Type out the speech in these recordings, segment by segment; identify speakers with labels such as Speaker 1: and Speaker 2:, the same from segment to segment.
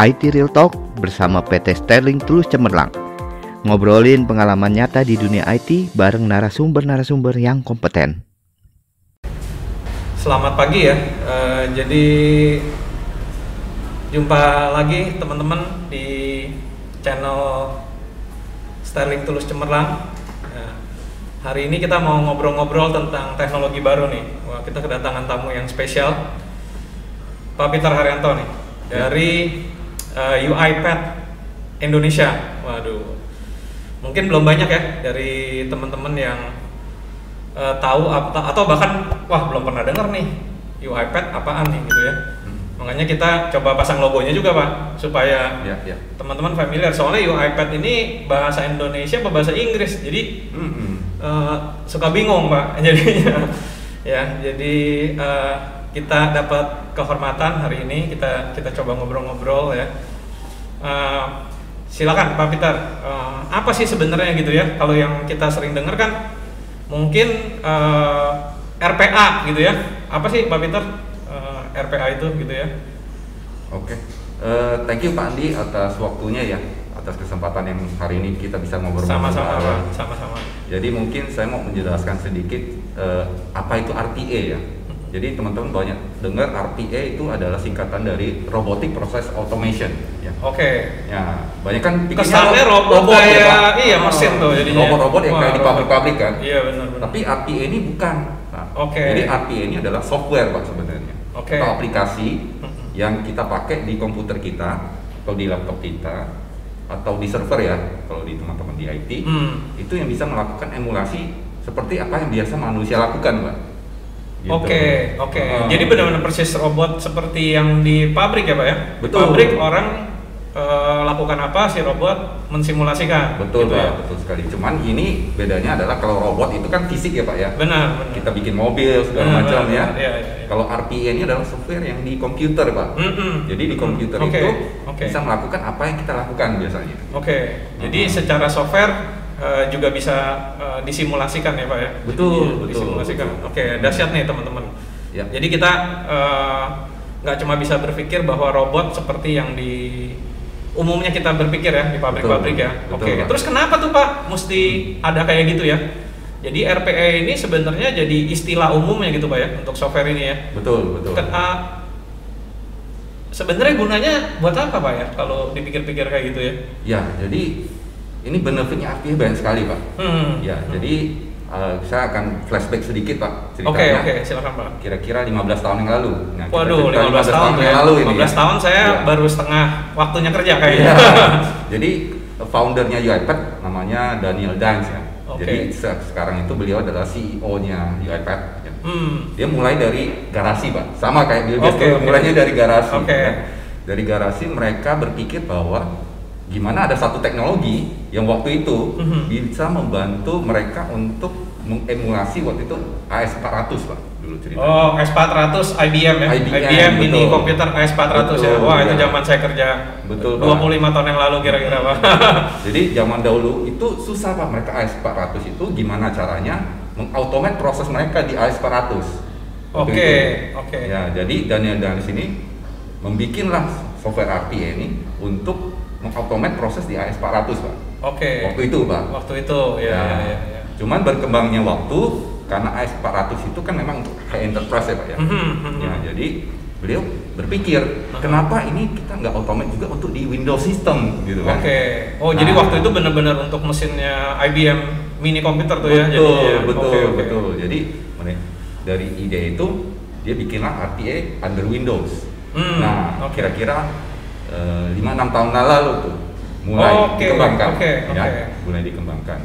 Speaker 1: IT Real Talk bersama PT Sterling Tulus Cemerlang. Ngobrolin pengalaman nyata di dunia IT bareng narasumber-narasumber yang kompeten.
Speaker 2: Selamat pagi ya. Eh, jadi jumpa lagi teman-teman di channel Sterling Tulus Cemerlang. Nah, hari ini kita mau ngobrol-ngobrol tentang teknologi baru nih. Wah, kita kedatangan tamu yang spesial. Pak Peter Haryanto nih dari eh, UiPath Indonesia. Waduh. Mungkin belum banyak ya dari teman-teman yang eh, tahu apa- atau bahkan wah belum pernah dengar nih UiPath apaan nih gitu ya. Makanya kita coba pasang logonya juga Pak supaya
Speaker 3: Ya, ya.
Speaker 2: teman-teman familiar soalnya UiPath ini bahasa Indonesia apa bahasa Inggris. Jadi
Speaker 3: Mm-mm.
Speaker 2: eh, suka bingung Pak jadinya. ya, jadi eh, kita dapat kehormatan hari ini kita kita coba ngobrol-ngobrol ya. Eh, silakan Pak Peter, eh, apa sih sebenarnya gitu ya? Kalau yang kita sering dengar kan mungkin eh, RPA gitu ya. Apa sih Pak Peter eh, RPA itu gitu ya?
Speaker 3: Oke. Eh, thank you Pak Andi atas waktunya ya, atas kesempatan yang hari ini kita bisa ngobrol.
Speaker 2: Sama-sama Pak, sama-sama.
Speaker 3: Jadi mungkin saya mau menjelaskan sedikit eh, apa itu RPA ya. Jadi teman-teman banyak dengar RPA itu adalah singkatan dari Robotic Process Automation ya.
Speaker 2: Oke.
Speaker 3: Ya, banyak kan pikirnya
Speaker 2: Kesannya
Speaker 3: ro-
Speaker 2: robot, kayak
Speaker 3: ya, Pak. Ah.
Speaker 2: iya mesin tuh jadinya.
Speaker 3: Robot-robot yang
Speaker 2: Wah,
Speaker 3: kayak di
Speaker 2: robot.
Speaker 3: pabrik-pabrik kan.
Speaker 2: Iya benar benar.
Speaker 3: Tapi RPA ini bukan. Nah,
Speaker 2: Oke.
Speaker 3: Jadi RPA ini adalah software pak sebenarnya.
Speaker 2: Oke.
Speaker 3: Atau aplikasi
Speaker 2: Mhm.
Speaker 3: yang kita pakai di komputer kita atau di laptop kita atau di server ya kalau di teman-teman di IT
Speaker 2: Hmm.
Speaker 3: itu yang bisa melakukan emulasi seperti apa yang biasa manusia lakukan pak. Gitu.
Speaker 2: Oke, oke.
Speaker 3: Ah.
Speaker 2: Jadi benar-benar persis robot seperti yang di pabrik ya, Pak ya? Di
Speaker 3: Betul.
Speaker 2: pabrik orang eh, lakukan apa si robot mensimulasikan.
Speaker 3: Betul
Speaker 2: gitu
Speaker 3: pak,
Speaker 2: ya.
Speaker 3: betul sekali. Cuman ini bedanya adalah kalau robot itu kan fisik ya pak ya.
Speaker 2: Benar, benar.
Speaker 3: Kita bikin mobil
Speaker 2: Benar,
Speaker 3: segala macam
Speaker 2: benar,
Speaker 3: ya.
Speaker 2: iya, iya, iya.
Speaker 3: Kalau Gitu. RPA ini adalah software yang di komputer pak.
Speaker 2: Mm-mm.
Speaker 3: Jadi di komputer
Speaker 2: Oke,
Speaker 3: itu
Speaker 2: oke.
Speaker 3: bisa melakukan apa yang kita lakukan biasanya.
Speaker 2: Oke. Jadi
Speaker 3: Mhm.
Speaker 2: secara software eh, juga bisa eh, disimulasikan ya, Pak ya?
Speaker 3: Betul,
Speaker 2: Jadi,
Speaker 3: betul,
Speaker 2: Disimulasikan.
Speaker 3: betul.
Speaker 2: Oke, dahsyat nih teman-teman.
Speaker 3: Ya.
Speaker 2: Jadi kita eh, nggak cuma bisa berpikir bahwa robot seperti yang di umumnya kita berpikir ya di pabrik-pabrik
Speaker 3: Betul,
Speaker 2: ya.
Speaker 3: betul,
Speaker 2: Oke.
Speaker 3: Pak.
Speaker 2: Terus kenapa tuh Pak mesti ada kayak gitu ya? Jadi RPA ini sebenarnya jadi istilah umumnya gitu Pak ya untuk software ini ya.
Speaker 3: Betul, betul.
Speaker 2: Ke- ah, sebenarnya gunanya buat apa Pak ya kalau dipikir-pikir kayak gitu ya?
Speaker 3: Ya, jadi ini benefitnya RPA banyak sekali pak.
Speaker 2: Hmm.
Speaker 3: Ya,
Speaker 2: Hmm.
Speaker 3: jadi eh, saya akan flashback sedikit pak
Speaker 2: Oke,
Speaker 3: ceritanya.
Speaker 2: oke, silakan Pak.
Speaker 3: Kira-kira 15 tahun yang lalu. Nah, kita
Speaker 2: Waduh,
Speaker 3: cerita
Speaker 2: 15, tahun,
Speaker 3: yang
Speaker 2: ya.
Speaker 3: lalu ini.
Speaker 2: 15
Speaker 3: ya.
Speaker 2: tahun saya
Speaker 3: Iya.
Speaker 2: baru setengah waktunya kerja gitu.
Speaker 3: Iya.
Speaker 2: kayaknya.
Speaker 3: Jadi foundernya UiPath namanya Daniel Dines ya.
Speaker 2: Oke.
Speaker 3: Jadi se- sekarang itu beliau adalah CEO-nya UiPath. ya.
Speaker 2: hmm.
Speaker 3: Dia mulai dari garasi pak, sama kayak dia
Speaker 2: Oke, oke.
Speaker 3: mulainya dari garasi.
Speaker 2: Oke.
Speaker 3: ya. Dari garasi mereka berpikir bahwa gimana ada satu teknologi yang waktu itu
Speaker 2: Mhm.
Speaker 3: bisa membantu mereka untuk mengemulasi waktu itu AS 400 pak dulu cerita.
Speaker 2: Oh, S400 IBM ya.
Speaker 3: IBM,
Speaker 2: mini
Speaker 3: betul.
Speaker 2: komputer S400 ya.
Speaker 3: Betul,
Speaker 2: Wah, itu
Speaker 3: iya.
Speaker 2: zaman saya kerja.
Speaker 3: Betul, Pak.
Speaker 2: 25 tahun yang lalu kira-kira, Pak.
Speaker 3: Jadi zaman dahulu itu susah pak mereka AS 400 itu gimana caranya mengautomate proses mereka di AS 400. Waktu
Speaker 2: Oke,
Speaker 3: itu.
Speaker 2: oke.
Speaker 3: Ya, jadi Daniel dari sini membikinlah software RPA ini untuk mengautomate proses di AS 400 pak.
Speaker 2: Oke.
Speaker 3: Waktu itu pak.
Speaker 2: Waktu itu, ya, ya, ya. ya.
Speaker 3: Cuman berkembangnya waktu karena AS 400 itu kan memang untuk high enterprise ya pak ya.
Speaker 2: Mhm, mhm.
Speaker 3: Ya, jadi beliau berpikir kenapa ini kita nggak automate juga untuk di Windows system gitu
Speaker 2: Oke.
Speaker 3: kan.
Speaker 2: Oh, jadi
Speaker 3: Nah.
Speaker 2: waktu itu benar-benar untuk mesinnya IBM mini komputer tuh ya.
Speaker 3: betul,
Speaker 2: jadinya.
Speaker 3: betul,
Speaker 2: Oke, oke.
Speaker 3: betul. Jadi mere- dari ide itu dia bikinlah RPA under Windows.
Speaker 2: Hmm,
Speaker 3: nah,
Speaker 2: oke.
Speaker 3: kira-kira eh, lima enam tahun yang lalu tuh mulai
Speaker 2: Oh, Oke,
Speaker 3: dikembangkan,
Speaker 2: oke,
Speaker 3: ya,
Speaker 2: oke.
Speaker 3: mulai dikembangkan.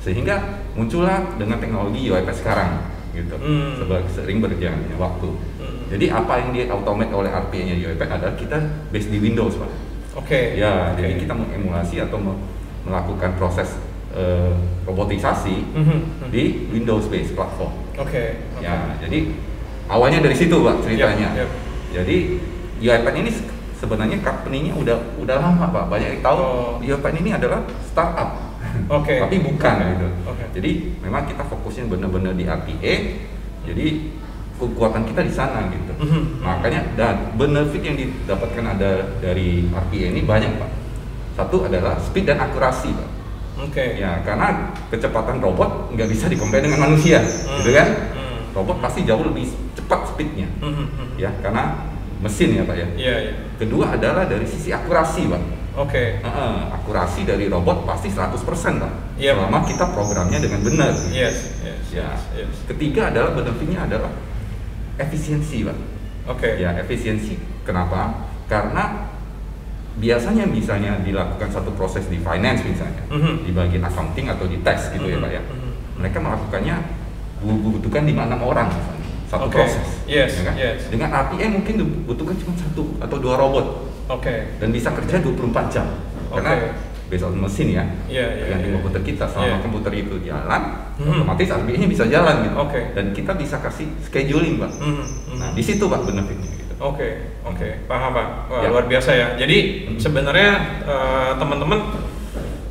Speaker 3: Sehingga muncullah dengan teknologi UiPath sekarang, gitu.
Speaker 2: Hmm.
Speaker 3: Seba- sering berjalannya waktu.
Speaker 2: Hmm.
Speaker 3: Jadi apa yang di automate oleh RPA-nya UiPath adalah kita based di Windows, pak.
Speaker 2: Oke.
Speaker 3: Ya,
Speaker 2: oke.
Speaker 3: jadi kita mengemulasi atau me- melakukan proses eh, robotisasi
Speaker 2: Mhm, mhm.
Speaker 3: di Windows based platform.
Speaker 2: Oke. oke.
Speaker 3: Ya, jadi awalnya dari situ pak ceritanya.
Speaker 2: Yap, yap.
Speaker 3: Jadi UiPath ini se- sebenarnya company-nya udah udah lama pak, banyak yang tahu
Speaker 2: Oh.
Speaker 3: UiPath ini adalah startup.
Speaker 2: Oke.
Speaker 3: Tapi bukan gitu.
Speaker 2: Oke.
Speaker 3: Jadi memang kita fokusnya benar-benar di RPA. Jadi kekuatan kita di sana gitu.
Speaker 2: Mhm.
Speaker 3: Makanya dan benefit yang didapatkan ada dari RPA ini banyak pak. Satu adalah speed dan akurasi pak.
Speaker 2: Oke.
Speaker 3: Ya karena kecepatan robot nggak bisa dikompare dengan manusia,
Speaker 2: Hmm.
Speaker 3: gitu kan?
Speaker 2: Hmm.
Speaker 3: Robot pasti jauh lebih cepat speednya,
Speaker 2: Mhm, mhm.
Speaker 3: ya karena mesin ya pak ya.
Speaker 2: Iya, iya.
Speaker 3: Kedua adalah dari sisi akurasi pak.
Speaker 2: Oke.
Speaker 3: Heeh, akurasi dari robot pasti 100% pak.
Speaker 2: Iya, Pak.
Speaker 3: Selama kita programnya dengan benar.
Speaker 2: Yes, yes,
Speaker 3: Ya.
Speaker 2: yes, yes.
Speaker 3: Ketiga adalah benefitnya adalah efisiensi pak.
Speaker 2: Oke.
Speaker 3: Ya, efisiensi. Kenapa? Karena biasanya misalnya dilakukan satu proses di finance misalnya,
Speaker 2: Mhm.
Speaker 3: di bagian accounting atau di tax gitu ya,
Speaker 2: Mhm,
Speaker 3: Pak ya.
Speaker 2: mhm.
Speaker 3: Mereka melakukannya membutuhkan 5 6 orang misalnya, satu
Speaker 2: Oke.
Speaker 3: proses.
Speaker 2: Yes,
Speaker 3: ya kan?
Speaker 2: yes.
Speaker 3: Dengan RPA mungkin dibutuhkan cuma satu atau dua robot
Speaker 2: Oke.
Speaker 3: dan bisa kerja 24 jam. Karena
Speaker 2: Oke.
Speaker 3: besok mesin ya,
Speaker 2: Iya, iya,
Speaker 3: tergantung
Speaker 2: iya.
Speaker 3: komputer kita. Selama
Speaker 2: Iya.
Speaker 3: komputer itu jalan,
Speaker 2: Mhm.
Speaker 3: otomatis RPA-nya bisa jalan gitu.
Speaker 2: Oke.
Speaker 3: Dan kita bisa kasih scheduling, Pak.
Speaker 2: Mhm, mhm.
Speaker 3: Nah, di situ Pak benefitnya gitu.
Speaker 2: Oke, oke, paham pak. Wah,
Speaker 3: Ya.
Speaker 2: Luar biasa ya. Jadi
Speaker 3: Hmm.
Speaker 2: sebenarnya eh, teman-teman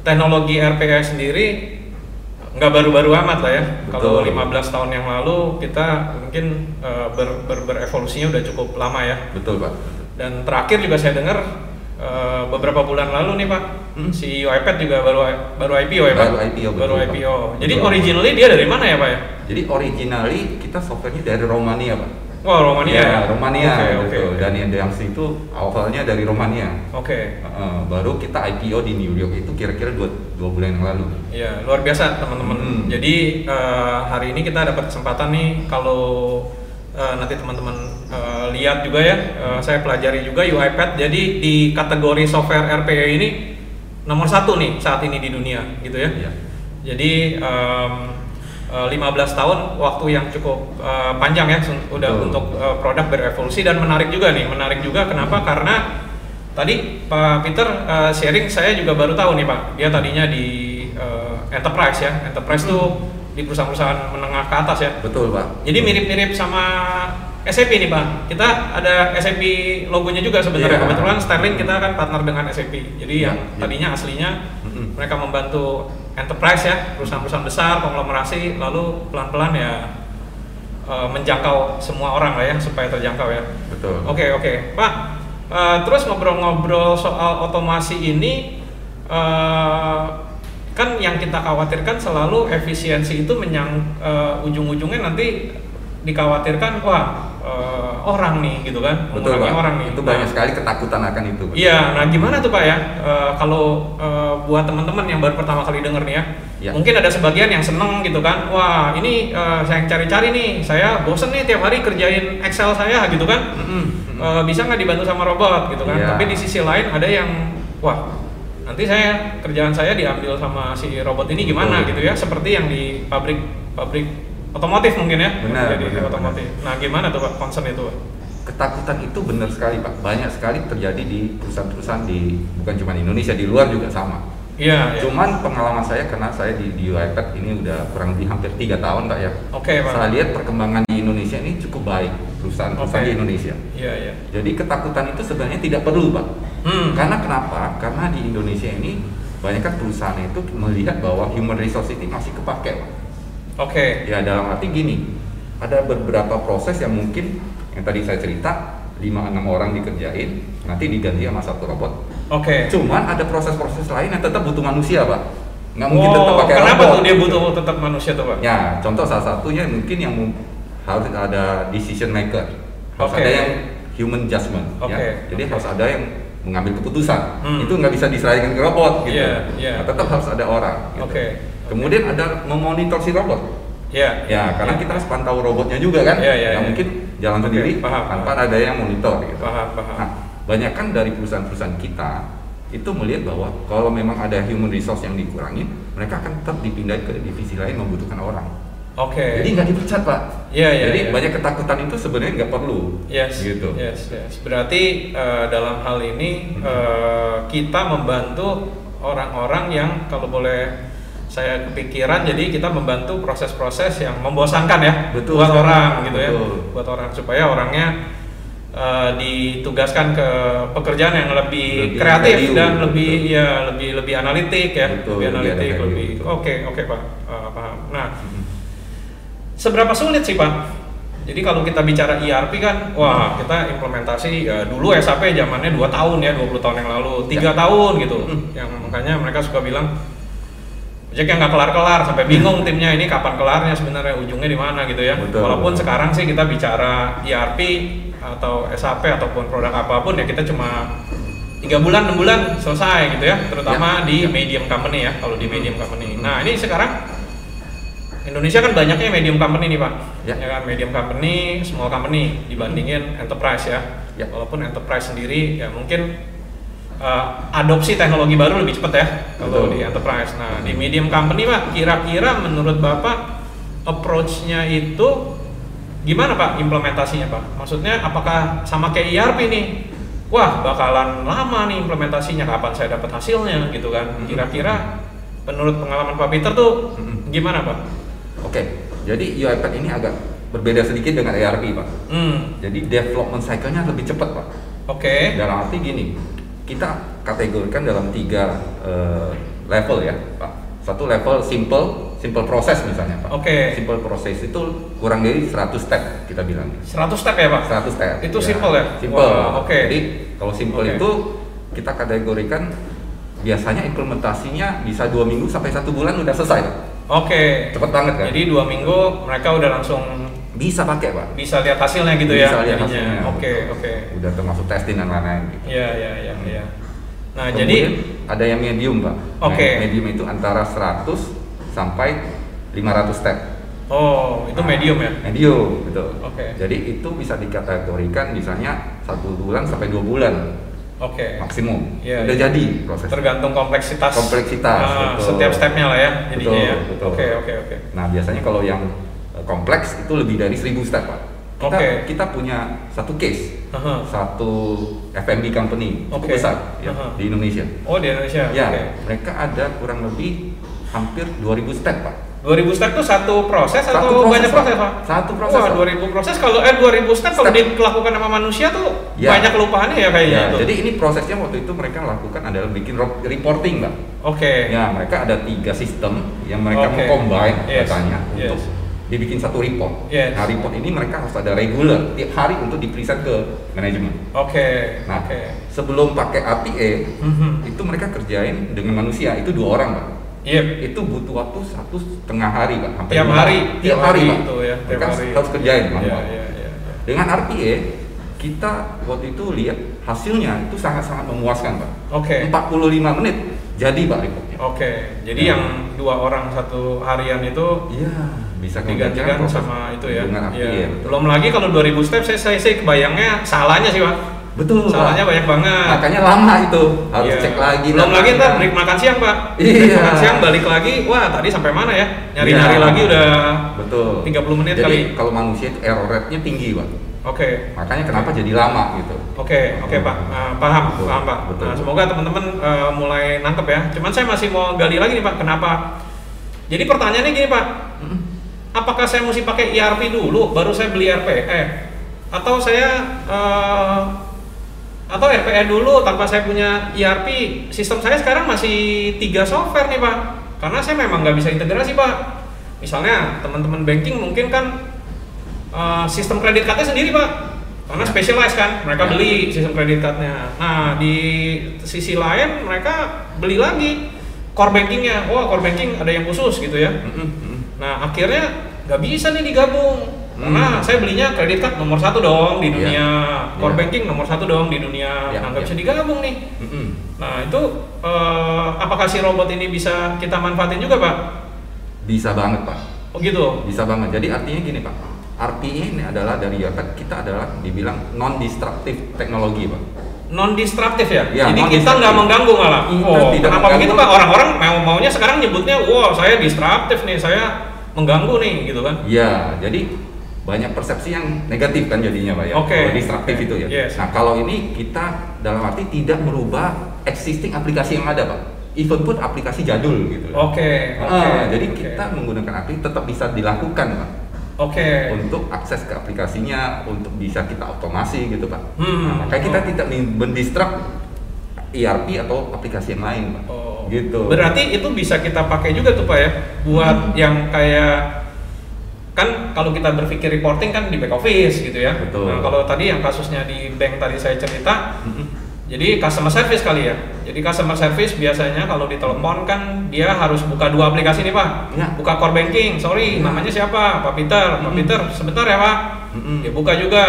Speaker 2: teknologi RPA sendiri nggak baru-baru amat lah ya. Kalau
Speaker 3: Betul.
Speaker 2: 15 tahun yang lalu kita mungkin eh, ber- ber- berevolusinya udah cukup lama ya.
Speaker 3: Betul, Pak.
Speaker 2: Dan terakhir juga saya dengar eh, beberapa bulan lalu nih pak,
Speaker 3: Hmm.
Speaker 2: CEO iPad juga baru baru IPO ya pak.
Speaker 3: Baru IPO, betul,
Speaker 2: Baru
Speaker 3: Pak.
Speaker 2: IPO. Jadi
Speaker 3: Betul.
Speaker 2: originally dia dari mana ya pak ya?
Speaker 3: Jadi originally kita softwarenya dari Romania, Pak.
Speaker 2: Wah Romania.
Speaker 3: Ya, Romania.
Speaker 2: Oke,
Speaker 3: betul.
Speaker 2: oke, oke.
Speaker 3: Dan yang Dance itu awalnya dari Romania.
Speaker 2: Oke.
Speaker 3: Heeh, baru kita IPO di New York itu kira-kira dua, dua bulan yang lalu.
Speaker 2: Ya, luar biasa teman-teman.
Speaker 3: Hmm.
Speaker 2: Jadi eh, hari ini kita dapat kesempatan nih kalau eh, nanti teman-teman eh, lihat juga ya, eh, saya pelajari juga UiPath. Jadi di kategori software RPA ini nomor satu nih saat ini di dunia, gitu ya.
Speaker 3: Iya.
Speaker 2: Jadi em, eh, 15 tahun waktu yang cukup eh, panjang ya sun- udah
Speaker 3: Betul.
Speaker 2: untuk eh, produk berevolusi dan menarik juga nih. Menarik juga kenapa?
Speaker 3: Hmm.
Speaker 2: Karena tadi Pak Peter eh, sharing saya juga baru tahu nih Pak. Dia tadinya di eh, enterprise ya. Enterprise tuh
Speaker 3: Hmm.
Speaker 2: di perusahaan-perusahaan menengah ke atas ya.
Speaker 3: Betul, Pak.
Speaker 2: Jadi mirip-mirip sama SAP nih Pak. Kita ada SAP logonya juga sebenarnya.
Speaker 3: Iya.
Speaker 2: Kebetulan Sterling kita kan partner dengan SAP. Jadi
Speaker 3: Iya,
Speaker 2: yang
Speaker 3: iya.
Speaker 2: tadinya aslinya
Speaker 3: Mm-mm.
Speaker 2: mereka membantu enterprise ya, perusahaan-perusahaan besar, konglomerasi, lalu pelan-pelan ya eh, menjangkau semua orang lah ya supaya terjangkau ya.
Speaker 3: Betul.
Speaker 2: Oke oke, Pak. eh, terus ngobrol-ngobrol soal otomasi ini, eh, kan yang kita khawatirkan selalu efisiensi itu menyang eh, ujung-ujungnya nanti dikhawatirkan wah eh, orang nih gitu kan,
Speaker 3: Betul,
Speaker 2: mengurangi
Speaker 3: Pak.
Speaker 2: orang nih.
Speaker 3: Itu
Speaker 2: Nah,
Speaker 3: banyak sekali ketakutan akan itu. Pak.
Speaker 2: Iya, nah gimana tuh Pak ya? Eh, kalau eh, buat teman-teman yang baru pertama kali denger nih ya,
Speaker 3: Ya.
Speaker 2: mungkin ada sebagian yang seneng gitu kan, wah ini eh, saya yang cari-cari nih, saya bosen nih tiap hari kerjain Excel saya gitu kan,
Speaker 3: Mm-mm, mm-mm.
Speaker 2: Eh, bisa nggak dibantu sama robot gitu kan?
Speaker 3: Iya.
Speaker 2: Tapi di sisi lain ada yang wah nanti saya kerjaan saya diambil sama si robot ini gimana
Speaker 3: Betul.
Speaker 2: gitu ya? Seperti yang di pabrik pabrik otomotif mungkin ya?
Speaker 3: Benar,
Speaker 2: Jadi
Speaker 3: benar,
Speaker 2: otomotif. Nah gimana tuh Pak concern itu? Pak?
Speaker 3: Ketakutan itu benar sekali, Pak. Banyak sekali terjadi di perusahaan-perusahaan di bukan cuma di Indonesia, di luar juga sama.
Speaker 2: Iya. iya.
Speaker 3: Cuman pengalaman saya karena saya di, di UiPath ini udah kurang lebih hampir tiga tahun pak ya.
Speaker 2: Oke, Iya, Pak.
Speaker 3: Saya lihat perkembangan di Indonesia ini cukup baik perusahaan-perusahaan
Speaker 2: Oke.
Speaker 3: di Indonesia.
Speaker 2: Iya iya.
Speaker 3: Jadi ketakutan itu sebenarnya tidak perlu pak.
Speaker 2: Hmm.
Speaker 3: Karena kenapa? Karena di Indonesia ini banyak kan perusahaan itu melihat bahwa human resource ini masih kepake pak.
Speaker 2: Oke.
Speaker 3: Ya dalam arti gini, ada beberapa proses yang mungkin yang tadi saya cerita 5-6 orang dikerjain, nanti diganti sama satu robot.
Speaker 2: Oke.
Speaker 3: Cuman ada proses-proses lain yang tetap butuh manusia, Pak. Nggak mungkin
Speaker 2: Oh,
Speaker 3: tetap pakai
Speaker 2: kenapa
Speaker 3: robot.
Speaker 2: tuh dia butuh tetap manusia tuh pak?
Speaker 3: Ya, contoh salah satunya mungkin yang mung- harus ada decision maker. Harus
Speaker 2: Oke.
Speaker 3: ada yang human judgment.
Speaker 2: Oke,
Speaker 3: Ya. Jadi
Speaker 2: oke.
Speaker 3: harus ada yang mengambil keputusan.
Speaker 2: Hmm.
Speaker 3: Itu nggak bisa diserahkan ke robot gitu.
Speaker 2: Iya, iya.
Speaker 3: Nah, tetap harus ada orang. gitu.
Speaker 2: Oke.
Speaker 3: Kemudian ada memonitor si robot.
Speaker 2: Iya.
Speaker 3: Ya, karena kita harus pantau robotnya juga kan.
Speaker 2: Iya, iya, iya.
Speaker 3: yang mungkin jalan
Speaker 2: Oke,
Speaker 3: sendiri
Speaker 2: paham,
Speaker 3: tanpa
Speaker 2: paham.
Speaker 3: ada yang monitor gitu.
Speaker 2: Paham, paham.
Speaker 3: Nah, banyak kan dari perusahaan-perusahaan kita itu melihat bahwa kalau memang ada human resource yang dikurangi, mereka akan tetap dipindah ke divisi lain membutuhkan orang.
Speaker 2: Oke.
Speaker 3: Jadi nggak dipecat, Pak.
Speaker 2: Iya, iya,
Speaker 3: Jadi
Speaker 2: iya.
Speaker 3: banyak ketakutan itu sebenarnya nggak perlu.
Speaker 2: Yes. Iya.
Speaker 3: Gitu. Hmm.
Speaker 2: Yes, yes. Berarti eh, dalam hal ini eh, kita membantu orang-orang yang kalau boleh saya kepikiran jadi kita membantu proses-proses yang membosankan ya
Speaker 3: Betul.
Speaker 2: buat orang gitu
Speaker 3: Betul.
Speaker 2: ya buat orang supaya orangnya eh, ditugaskan ke pekerjaan yang lebih,
Speaker 3: Lebih
Speaker 2: kreatif
Speaker 3: value,
Speaker 2: dan lebih
Speaker 3: betul.
Speaker 2: ya lebih lebih analitik ya
Speaker 3: Betul,
Speaker 2: lebih
Speaker 3: lebih ada
Speaker 2: analitik
Speaker 3: value,
Speaker 2: lebih
Speaker 3: betul.
Speaker 2: oke oke pak Eh, paham nah Seberapa sulit sih Pak Jadi kalau kita bicara ERP kan, wah kita implementasi ya, dulu SAP zamannya 2 tahun ya, 20 tahun yang lalu, tiga tahun gitu.
Speaker 3: Hmm.
Speaker 2: Yang makanya mereka suka bilang Jack yang nggak kelar-kelar sampai bingung timnya ini kapan kelarnya sebenarnya ujungnya di mana gitu ya.
Speaker 3: Betul.
Speaker 2: Walaupun sekarang sih kita bicara ERP atau SAP ataupun produk apapun ya kita cuma tiga bulan enam bulan selesai gitu ya, terutama
Speaker 3: Ya,
Speaker 2: di
Speaker 3: ya.
Speaker 2: medium company ya kalau di medium company.
Speaker 3: Hmm.
Speaker 2: Nah ini sekarang Indonesia kan banyaknya medium company nih pak,
Speaker 3: Ya.
Speaker 2: ya kan medium company, small company dibandingin enterprise ya.
Speaker 3: Ya.
Speaker 2: Walaupun enterprise sendiri ya mungkin eh, adopsi teknologi baru lebih cepat ya kalau
Speaker 3: Betul.
Speaker 2: di enterprise. Nah di medium company pak kira-kira menurut bapak approach-nya itu gimana pak implementasinya pak? Maksudnya apakah sama kayak ERP nih? Wah bakalan lama nih implementasinya kapan saya dapat hasilnya gitu kan?
Speaker 3: Mhm.
Speaker 2: Kira-kira menurut pengalaman Pak Peter tuh
Speaker 3: Mhm.
Speaker 2: gimana pak?
Speaker 3: Oke, jadi UiPath ini agak berbeda sedikit dengan ERP pak.
Speaker 2: Hmm,
Speaker 3: Jadi development cycle-nya lebih cepat pak.
Speaker 2: oke.
Speaker 3: Dalam arti gini, kita kategorikan dalam tiga eh, level ya pak. Satu level simple, simple process misalnya pak.
Speaker 2: Oke.
Speaker 3: Simple process itu kurang dari 100 step kita bilang.
Speaker 2: 100 step ya pak?
Speaker 3: 100 step.
Speaker 2: Itu simple ya?
Speaker 3: Iya. Simple.
Speaker 2: Wah, oke.
Speaker 3: Jadi kalau simple
Speaker 2: Oke.
Speaker 3: itu kita kategorikan biasanya implementasinya bisa dua minggu sampai satu bulan udah selesai. Pak.
Speaker 2: Oke.
Speaker 3: Cepet banget kan?
Speaker 2: Jadi dua minggu mereka udah langsung
Speaker 3: Bisa pakai pak.
Speaker 2: bisa lihat hasilnya gitu ya?
Speaker 3: Bisa lihat
Speaker 2: jadinya.
Speaker 3: hasilnya.
Speaker 2: Oke oke.
Speaker 3: Udah termasuk testing dan lain-lain. Gitu.
Speaker 2: Iya iya iya. iya. Nah
Speaker 3: Kemudian
Speaker 2: jadi
Speaker 3: ada yang medium pak. Nah,
Speaker 2: Oke.
Speaker 3: medium itu antara 100 sampai 500 step.
Speaker 2: oh itu
Speaker 3: Nah,
Speaker 2: medium ya?
Speaker 3: Medium, betul.
Speaker 2: Oke.
Speaker 3: Jadi itu bisa dikategorikan misalnya satu bulan sampai dua bulan
Speaker 2: Oke.
Speaker 3: maksimum.
Speaker 2: Iya,
Speaker 3: Udah
Speaker 2: iya.
Speaker 3: jadi proses.
Speaker 2: Tergantung kompleksitas.
Speaker 3: Kompleksitas,
Speaker 2: Ah,
Speaker 3: betul.
Speaker 2: setiap stepnya lah ya jadinya
Speaker 3: Betul,
Speaker 2: ya.
Speaker 3: betul.
Speaker 2: Oke oke oke.
Speaker 3: Nah biasanya kalau yang eh, kompleks itu lebih dari 1000 step pak. Kita,
Speaker 2: Oke.
Speaker 3: kita punya satu case,
Speaker 2: Aha.
Speaker 3: satu F&B company cukup
Speaker 2: Oke.
Speaker 3: besar ya,
Speaker 2: Aha.
Speaker 3: di Indonesia.
Speaker 2: Oh di Indonesia.
Speaker 3: Ya,
Speaker 2: Oke.
Speaker 3: mereka ada kurang lebih hampir 2000 step pak.
Speaker 2: 2000 step tuh satu proses
Speaker 3: Satu
Speaker 2: atau
Speaker 3: proses,
Speaker 2: banyak
Speaker 3: Pak.
Speaker 2: proses pak?
Speaker 3: Satu proses,
Speaker 2: Wah
Speaker 3: Pak.
Speaker 2: 2000 proses kalau eh 2000 step, kalau
Speaker 3: Step.
Speaker 2: dilakukan sama manusia tuh
Speaker 3: Ya.
Speaker 2: banyak kelupaannya ya kayaknya
Speaker 3: Ya,
Speaker 2: tuh.
Speaker 3: jadi ini prosesnya waktu itu mereka lakukan adalah bikin ro- reporting pak.
Speaker 2: Oke.
Speaker 3: Ya, mereka ada tiga sistem yang mereka
Speaker 2: Oke.
Speaker 3: mengcombine
Speaker 2: Yes.
Speaker 3: datanya
Speaker 2: Yes.
Speaker 3: untuk dibikin satu report.
Speaker 2: Yes.
Speaker 3: Nah, report ini mereka harus ada regular tiap hari untuk diperiksa ke manajemen.
Speaker 2: Oke.
Speaker 3: Nah,
Speaker 2: Oke.
Speaker 3: sebelum pakai APE
Speaker 2: Mhm.
Speaker 3: itu mereka kerjain dengan manusia itu dua orang pak.
Speaker 2: Iya.
Speaker 3: Itu butuh waktu satu setengah hari pak. Hampir
Speaker 2: Tiap
Speaker 3: dua
Speaker 2: hari,
Speaker 3: tiap, hari, pak.
Speaker 2: itu ya, tiap
Speaker 3: mereka
Speaker 2: hari.
Speaker 3: harus kerjain
Speaker 2: Iya,
Speaker 3: manual.
Speaker 2: iya, iya, iya.
Speaker 3: Dengan RPA kita waktu itu lihat hasilnya itu sangat-sangat memuaskan pak.
Speaker 2: Oke.
Speaker 3: 45 menit jadi pak reportnya.
Speaker 2: Oke. Jadi
Speaker 3: Ya.
Speaker 2: yang dua orang satu harian itu
Speaker 3: Iya, bisa
Speaker 2: digantikan sama
Speaker 3: mengerjakan proses
Speaker 2: itu ya.
Speaker 3: Dengan
Speaker 2: Iya.
Speaker 3: E. RPA. betul.
Speaker 2: Belum lagi kalau 2000 step saya saya, saya kebayangnya salahnya sih, Pak.
Speaker 3: Betul. Pak.
Speaker 2: Salahnya banyak banget.
Speaker 3: Makanya lama itu harus
Speaker 2: Iya.
Speaker 3: cek lagi.
Speaker 2: Belum lagi
Speaker 3: datanya.
Speaker 2: ntar break makan siang, Pak.
Speaker 3: Iya.
Speaker 2: Break makan siang balik lagi. Wah, tadi sampai mana ya? Nyari-nyari
Speaker 3: Iya.
Speaker 2: lagi udah
Speaker 3: betul
Speaker 2: 30 menit
Speaker 3: jadi,
Speaker 2: kali.
Speaker 3: kalau manusia itu error rate-nya tinggi pak
Speaker 2: Oke.
Speaker 3: makanya kenapa jadi lama gitu
Speaker 2: Oke, oke Pak, Nah, paham,
Speaker 3: Hmm. Betul,
Speaker 2: paham Pak.
Speaker 3: betul.
Speaker 2: Nah, semoga teman-teman eh, mulai nangkep ya. Cuman saya masih mau gali lagi nih Pak, kenapa? Jadi pertanyaannya gini Pak,
Speaker 3: Hmm.
Speaker 2: apakah saya mesti pakai ERP dulu, baru saya beli RPE, atau saya eh, atau RPE dulu tanpa saya punya ERP? Sistem saya sekarang masih tiga software nih Pak, karena saya memang nggak bisa integrasi Pak. Misalnya teman-teman banking mungkin kan Uh, sistem kredit cardnya sendiri pak karena specialized kan mereka
Speaker 3: Ya.
Speaker 2: beli sistem kredit cardnya nah di sisi lain mereka beli lagi core bankingnya wah core banking ada yang khusus gitu ya
Speaker 3: Mm-mm, mm-mm.
Speaker 2: nah akhirnya nggak bisa nih digabung karena
Speaker 3: Hmm.
Speaker 2: saya belinya kredit card nomor satu dong di
Speaker 3: Iya.
Speaker 2: dunia core
Speaker 3: Iya.
Speaker 2: banking nomor satu dong di dunia
Speaker 3: Iya,
Speaker 2: nah nggak
Speaker 3: iya.
Speaker 2: bisa digabung nih
Speaker 3: Mm-mm.
Speaker 2: nah itu eh, apakah si robot ini bisa kita manfaatin juga pak
Speaker 3: bisa banget pak
Speaker 2: oh gitu
Speaker 3: bisa banget jadi artinya gini pak arti ini adalah dari Yapat kita adalah dibilang non destructive teknologi pak
Speaker 2: non destructive ya.
Speaker 3: Ya,
Speaker 2: Jadi kita
Speaker 3: non-destructive.
Speaker 2: nggak mengganggu malah.
Speaker 3: Kita
Speaker 2: Oh,
Speaker 3: tidak
Speaker 2: kenapa
Speaker 3: mengganggu.
Speaker 2: begitu Pak? Orang-orang mau maunya sekarang nyebutnya, wow saya destructive nih, saya mengganggu nih gitu kan.
Speaker 3: Iya, jadi banyak persepsi yang negatif kan jadinya pak ya.
Speaker 2: Oke.
Speaker 3: Kalau Destruktif itu ya.
Speaker 2: Yes.
Speaker 3: Nah kalau ini kita dalam arti tidak merubah existing aplikasi yang ada pak. Even pun aplikasi jadul gitu.
Speaker 2: Oke,
Speaker 3: Ah,
Speaker 2: oke,
Speaker 3: jadi
Speaker 2: oke.
Speaker 3: kita menggunakan API tetap bisa dilakukan pak.
Speaker 2: Oke.
Speaker 3: Untuk akses ke aplikasinya, untuk bisa kita otomasi gitu pak.
Speaker 2: Hmm.
Speaker 3: Nah, makanya kita
Speaker 2: Oh.
Speaker 3: tidak mendistrap ERP atau aplikasi yang lain pak.
Speaker 2: Oh.
Speaker 3: Gitu. Hmm.
Speaker 2: Berarti itu bisa kita pakai juga tuh Pak ya, buat yang kayak kan kalau kita berpikir reporting kan di back office gitu ya.
Speaker 3: Betul.
Speaker 2: Nah, kalau tadi yang kasusnya di bank tadi saya cerita, jadi customer service kali ya. Jadi customer service biasanya kalau ditelepon kan dia harus buka dua aplikasi nih Pak.
Speaker 3: Iya.
Speaker 2: Buka core banking, sorry namanya siapa? Pak Peter, Pak
Speaker 3: Ya. Mm-mm.
Speaker 2: Peter sebentar ya Pak.
Speaker 3: Mm-mm.
Speaker 2: Dia buka juga.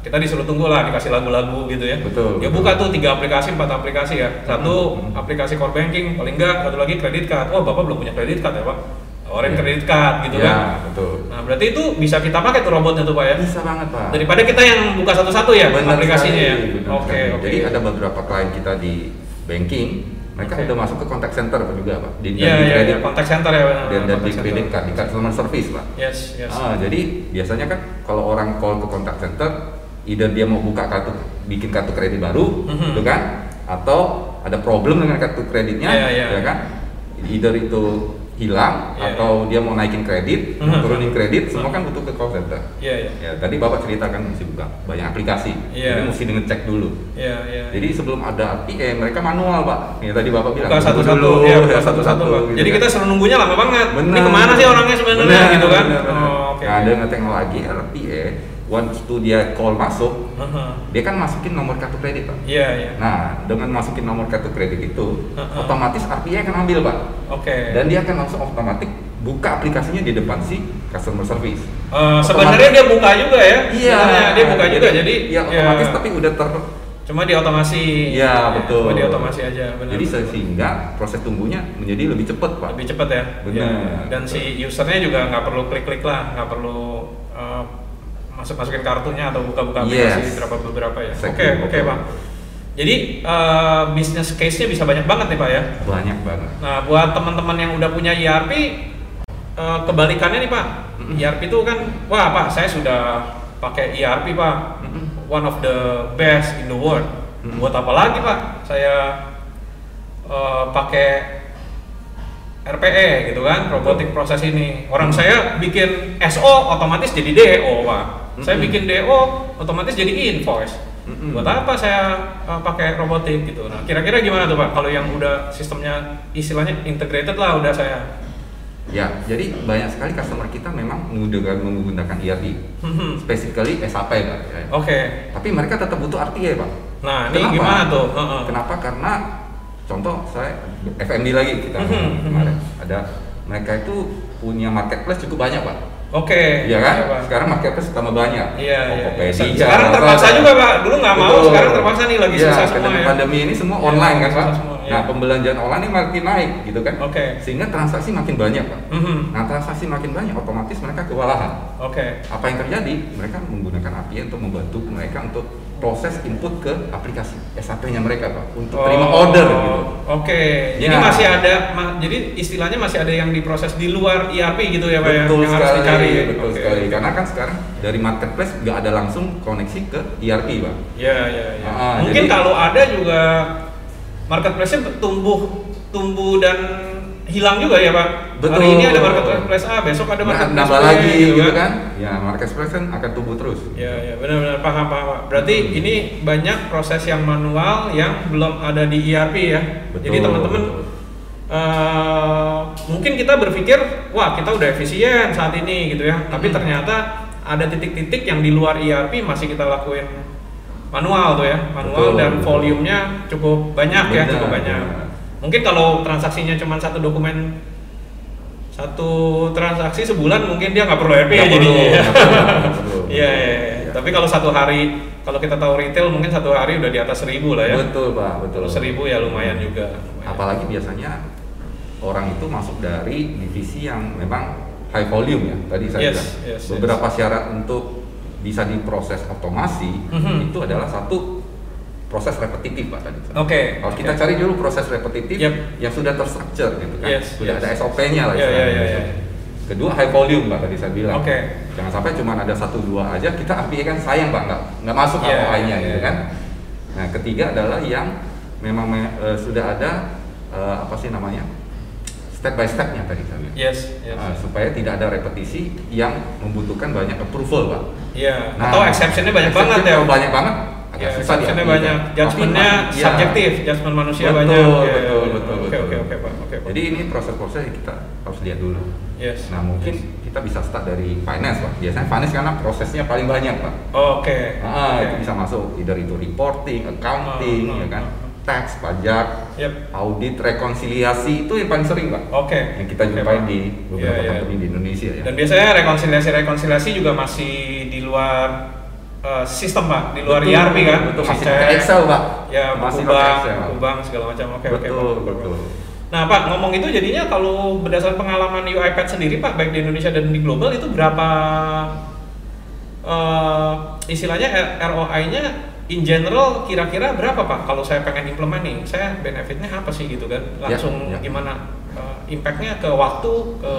Speaker 2: Kita disuruh tunggu lah, dikasih lagu-lagu gitu ya.
Speaker 3: Betul,
Speaker 2: Dia
Speaker 3: betul.
Speaker 2: buka tuh tiga aplikasi, empat aplikasi ya. Satu
Speaker 3: Mm-mm.
Speaker 2: aplikasi core banking, paling enggak satu lagi kredit card. Oh bapak belum punya kredit card ya Pak? Orang
Speaker 3: Iya.
Speaker 2: kredit card gitu
Speaker 3: ya,
Speaker 2: kan.
Speaker 3: betul.
Speaker 2: Nah, berarti itu bisa kita pakai tuh robotnya tuh Pak ya?
Speaker 3: Bisa banget pak.
Speaker 2: Daripada kita yang buka satu-satu ya
Speaker 3: Benar
Speaker 2: aplikasinya ya?
Speaker 3: sekali, benar
Speaker 2: Oke,
Speaker 3: sekali.
Speaker 2: oke.
Speaker 3: Jadi ada beberapa klien kita di banking, mereka
Speaker 2: Oke.
Speaker 3: udah masuk ke contact center Pak, juga pak. Di, dan
Speaker 2: Iya,
Speaker 3: di
Speaker 2: iya,
Speaker 3: kredit
Speaker 2: iya, kontak center ya benar.
Speaker 3: dan, dan di
Speaker 2: kontak center.
Speaker 3: kredit card, di customer service pak.
Speaker 2: Yes, yes.
Speaker 3: Ah, jadi biasanya kan kalau orang call ke contact center, either dia mau buka kartu, bikin kartu kredit baru,
Speaker 2: Mhm.
Speaker 3: gitu kan? Atau ada problem dengan kartu kreditnya,
Speaker 2: Iya, iya.
Speaker 3: ya kan? Either itu hilang
Speaker 2: Iya,
Speaker 3: atau dia mau naikin kredit,
Speaker 2: Mhm.
Speaker 3: mau turunin kredit, semua kan butuh ke call center.
Speaker 2: Iya, iya.
Speaker 3: Ya, tadi Bapak ceritakan mesti buka banyak aplikasi,
Speaker 2: Iya.
Speaker 3: jadi mesti ngecek dulu.
Speaker 2: Iya, iya.
Speaker 3: Jadi sebelum ada RPA eh, mereka manual, Pak. Ya tadi Bapak bilang
Speaker 2: buka
Speaker 3: tunggu
Speaker 2: satu-satu,
Speaker 3: dulu,
Speaker 2: ya, buka satu-satu. Pak.
Speaker 3: gitu
Speaker 2: Jadi
Speaker 3: kan.
Speaker 2: kita selalu nunggunya lama banget.
Speaker 3: Benar.
Speaker 2: Ini kemana sih orangnya sebenarnya
Speaker 3: Benar,
Speaker 2: gitu kan?
Speaker 3: benar, benar.
Speaker 2: Oh, oke.
Speaker 3: Nah, dengan teknologi RPA, ya. once to dia call masuk,
Speaker 2: Aha.
Speaker 3: dia kan masukin nomor kartu kredit, Pak.
Speaker 2: Iya, iya.
Speaker 3: Nah, dengan masukin nomor kartu kredit itu,
Speaker 2: Uh-uh.
Speaker 3: otomatis RPA akan ambil, Pak.
Speaker 2: Oke. Eh,
Speaker 3: Dan dia akan langsung otomatis buka aplikasinya di depan si customer service.
Speaker 2: Eh, sebenarnya dia buka juga ya? Sebenarnya Dia buka juga jadi
Speaker 3: Iya. ya otomatis tapi udah ter
Speaker 2: cuma di otomasi.
Speaker 3: Iya, betul.
Speaker 2: Cuma di otomasi aja, benar.
Speaker 3: Jadi sehingga proses tunggunya menjadi lebih cepat, Pak.
Speaker 2: lebih cepat ya.
Speaker 3: Benar.
Speaker 2: Ya. Dan si usernya juga nggak perlu klik-klik lah, nggak perlu eh, masuk-masukin kartunya atau buka-buka aplikasi
Speaker 3: Yes.
Speaker 2: beberapa beberapa ya. Oke
Speaker 3: Exactly.
Speaker 2: oke pak. Jadi eh, bisnis case-nya bisa banyak banget nih pak ya.
Speaker 3: Banyak banget.
Speaker 2: Nah buat teman-teman yang udah punya ERP, eh, kebalikannya nih pak.
Speaker 3: Mm-mm.
Speaker 2: ERP itu kan, wah pak saya sudah pakai ERP pak,
Speaker 3: Mm-mm.
Speaker 2: one of the best in the world.
Speaker 3: Mm-mm.
Speaker 2: Buat apa lagi pak? Saya eh, pakai RPE gitu kan, robotic process ini. Orang saya bikin SO otomatis jadi DO, Pak. Saya
Speaker 3: Mm-mm.
Speaker 2: bikin DO otomatis jadi invoice.
Speaker 3: Mm-mm.
Speaker 2: Buat apa saya uh, pakai robotik gitu. Nah, kira-kira gimana tuh, Pak? Kalau yang udah sistemnya istilahnya integrated lah udah saya.
Speaker 3: Ya, jadi banyak sekali customer kita memang menggunakan menggunakan E ERP.
Speaker 2: Hmm,
Speaker 3: Specifically SAP, Pak. ya.
Speaker 2: Oke.
Speaker 3: Tapi mereka tetap butuh RTA, ya, Pak.
Speaker 2: Nah, ini gimana tuh? Heeh.
Speaker 3: Kenapa? Karena contoh saya FMD lagi kita
Speaker 2: Mhm,
Speaker 3: kemarin ada mereka itu punya marketplace cukup banyak, Pak.
Speaker 2: Oke.
Speaker 3: Iya kan?
Speaker 2: Eh,
Speaker 3: Oh,
Speaker 2: Pak.
Speaker 3: Sekarang marketplace tambah banyak.
Speaker 2: Iya, iya.
Speaker 3: Tokopedia,
Speaker 2: Se- Sekarang
Speaker 3: Lazada.
Speaker 2: terpaksa juga, Pak. Dulu nggak mau,
Speaker 3: Betul.
Speaker 2: sekarang terpaksa nih lagi
Speaker 3: Iya,
Speaker 2: susah semua
Speaker 3: karena
Speaker 2: ya.
Speaker 3: pandemi ini semua
Speaker 2: Iya,
Speaker 3: online kan,
Speaker 2: susah
Speaker 3: Pak.
Speaker 2: semua, iya.
Speaker 3: Nah, pembelanjaan online ini makin naik gitu kan.
Speaker 2: Oke.
Speaker 3: Sehingga transaksi makin banyak, Pak.
Speaker 2: Mhm.
Speaker 3: Nah, transaksi makin banyak otomatis mereka kewalahan.
Speaker 2: Oke.
Speaker 3: Apa yang terjadi? Mereka menggunakan API untuk membantu mereka untuk proses input ke aplikasi SAP-nya mereka, Pak, untuk terima
Speaker 2: Oh,
Speaker 3: order gitu.
Speaker 2: Oke. Jadi
Speaker 3: Ya.
Speaker 2: masih ada ma- jadi istilahnya masih ada yang diproses di luar ERP gitu ya, Pak ya?
Speaker 3: betul
Speaker 2: yang
Speaker 3: sekali,
Speaker 2: harus dicari. ya?
Speaker 3: betul
Speaker 2: Oke.
Speaker 3: sekali. Karena kan sekarang dari marketplace nggak ada langsung koneksi ke ERP, Pak.
Speaker 2: Ya, ya, ya.
Speaker 3: Ah,
Speaker 2: Mungkin
Speaker 3: jadi-
Speaker 2: kalau ada juga marketplace-nya tumbuh tumbuh dan hilang juga ya, Pak. Hari ini ada marketplace A, besok ada
Speaker 3: Nah,
Speaker 2: marketplace
Speaker 3: nambah
Speaker 2: B,
Speaker 3: lagi gitu kan? Ya, marketplace kan akan tumbuh terus.
Speaker 2: Ya, ya benar-benar paham, paham. Pak. Berarti
Speaker 3: Hmm.
Speaker 2: ini banyak proses yang manual yang belum ada di ERP ya. Jadi
Speaker 3: Betul,
Speaker 2: teman-teman
Speaker 3: betul.
Speaker 2: eh, mungkin kita berpikir, wah kita udah efisien saat ini gitu ya. Tapi
Speaker 3: Hmm.
Speaker 2: ternyata ada titik-titik yang di luar ERP masih kita lakuin manual tuh ya, manual
Speaker 3: Betul,
Speaker 2: dan
Speaker 3: betul.
Speaker 2: volumenya cukup banyak ya,
Speaker 3: Benar,
Speaker 2: cukup banyak.
Speaker 3: benar.
Speaker 2: Mungkin kalau transaksinya cuma satu dokumen satu transaksi sebulan mungkin dia nggak perlu ERP ya
Speaker 3: Nggak perlu,
Speaker 2: jadinya ya.
Speaker 3: nggak perlu, nggak perlu.
Speaker 2: Iya, iya, iya.
Speaker 3: Ya.
Speaker 2: Tapi kalau satu hari, kalau kita tahu retail mungkin satu hari udah di atas seribu lah ya.
Speaker 3: Betul, Pak, betul. Hmm.
Speaker 2: Kalau seribu ya lumayan juga. lumayan.
Speaker 3: Apalagi biasanya orang itu masuk dari divisi yang memang high volume ya. Tadi saya
Speaker 2: Yes,
Speaker 3: bilang
Speaker 2: yes,
Speaker 3: beberapa syarat untuk bisa diproses otomasi
Speaker 2: Mhm.
Speaker 3: itu adalah satu proses repetitif Pak tadi.
Speaker 2: Oke,
Speaker 3: Kalau kita
Speaker 2: oke.
Speaker 3: cari dulu proses repetitif
Speaker 2: Yep.
Speaker 3: yang sudah terstructure gitu kan.
Speaker 2: Yes,
Speaker 3: sudah
Speaker 2: yes.
Speaker 3: ada SOP-nya lah
Speaker 2: Iya, iya, iya,
Speaker 3: istilahnya.
Speaker 2: iya.
Speaker 3: Kedua high volume Pak tadi saya bilang.
Speaker 2: Oke.
Speaker 3: Jangan sampai cuma ada satu dua aja kita API kan sayang Pak nggak nggak masuk
Speaker 2: Iya,
Speaker 3: API-nya
Speaker 2: iya,
Speaker 3: gitu
Speaker 2: iya.
Speaker 3: kan. Nah, ketiga adalah yang memang me- eh, sudah ada eh, apa sih namanya step by stepnya tadi saya bilang.
Speaker 2: Yes, yes.
Speaker 3: Ah, supaya tidak ada repetisi yang membutuhkan banyak approval pak.
Speaker 2: Iya.
Speaker 3: Nah,
Speaker 2: Atau exceptionnya banyak banget
Speaker 3: exception
Speaker 2: ya.
Speaker 3: kalau banyak banget. Agak
Speaker 2: Ya,
Speaker 3: susah
Speaker 2: exceptionnya
Speaker 3: diakuin,
Speaker 2: banyak.
Speaker 3: Pak.
Speaker 2: Judgementnya
Speaker 3: Tapi, Pak, iya.
Speaker 2: subjektif, judgement manusia
Speaker 3: Betul,
Speaker 2: banyak. Iya,
Speaker 3: betul,
Speaker 2: iya.
Speaker 3: betul,
Speaker 2: Oke,
Speaker 3: betul.
Speaker 2: oke, oke, Pak. Oke, Pak.
Speaker 3: Jadi ini proses-proses yang kita harus lihat dulu.
Speaker 2: Yes.
Speaker 3: Nah mungkin
Speaker 2: Yes.
Speaker 3: kita bisa start dari finance pak. Biasanya finance karena prosesnya paling banyak pak.
Speaker 2: Oke.
Speaker 3: Ah,
Speaker 2: oke.
Speaker 3: itu bisa masuk either itu reporting, accounting,
Speaker 2: Hmm,
Speaker 3: ya kan,
Speaker 2: hmm, hmm.
Speaker 3: tax, pajak,
Speaker 2: Yep.
Speaker 3: audit, rekonsiliasi itu yang paling sering pak.
Speaker 2: Oke.
Speaker 3: Yang kita
Speaker 2: Oke,
Speaker 3: jumpai
Speaker 2: Pak.
Speaker 3: di beberapa
Speaker 2: Iya, iya.
Speaker 3: company di Indonesia ya.
Speaker 2: Dan biasanya rekonsiliasi-rekonsiliasi juga masih di luar eh, sistem pak, di luar
Speaker 3: Betul,
Speaker 2: ERP kan?
Speaker 3: Betul
Speaker 2: Masih
Speaker 3: masih pakai
Speaker 2: cek,
Speaker 3: Excel pak.
Speaker 2: Ya, buku
Speaker 3: masih pakai
Speaker 2: bank,
Speaker 3: Excel.
Speaker 2: buku bank segala macam. Oke, oke.
Speaker 3: betul
Speaker 2: Pak.
Speaker 3: betul.
Speaker 2: Nah Pak, ngomong itu jadinya kalau berdasarkan pengalaman UiPath sendiri Pak, baik di Indonesia dan di global itu berapa eh, istilahnya ROI-nya in general kira-kira berapa Pak? Kalau saya pengen implement nih, saya benefitnya apa sih gitu kan? Langsung
Speaker 3: ya.
Speaker 2: gimana eh, impactnya ke waktu, ke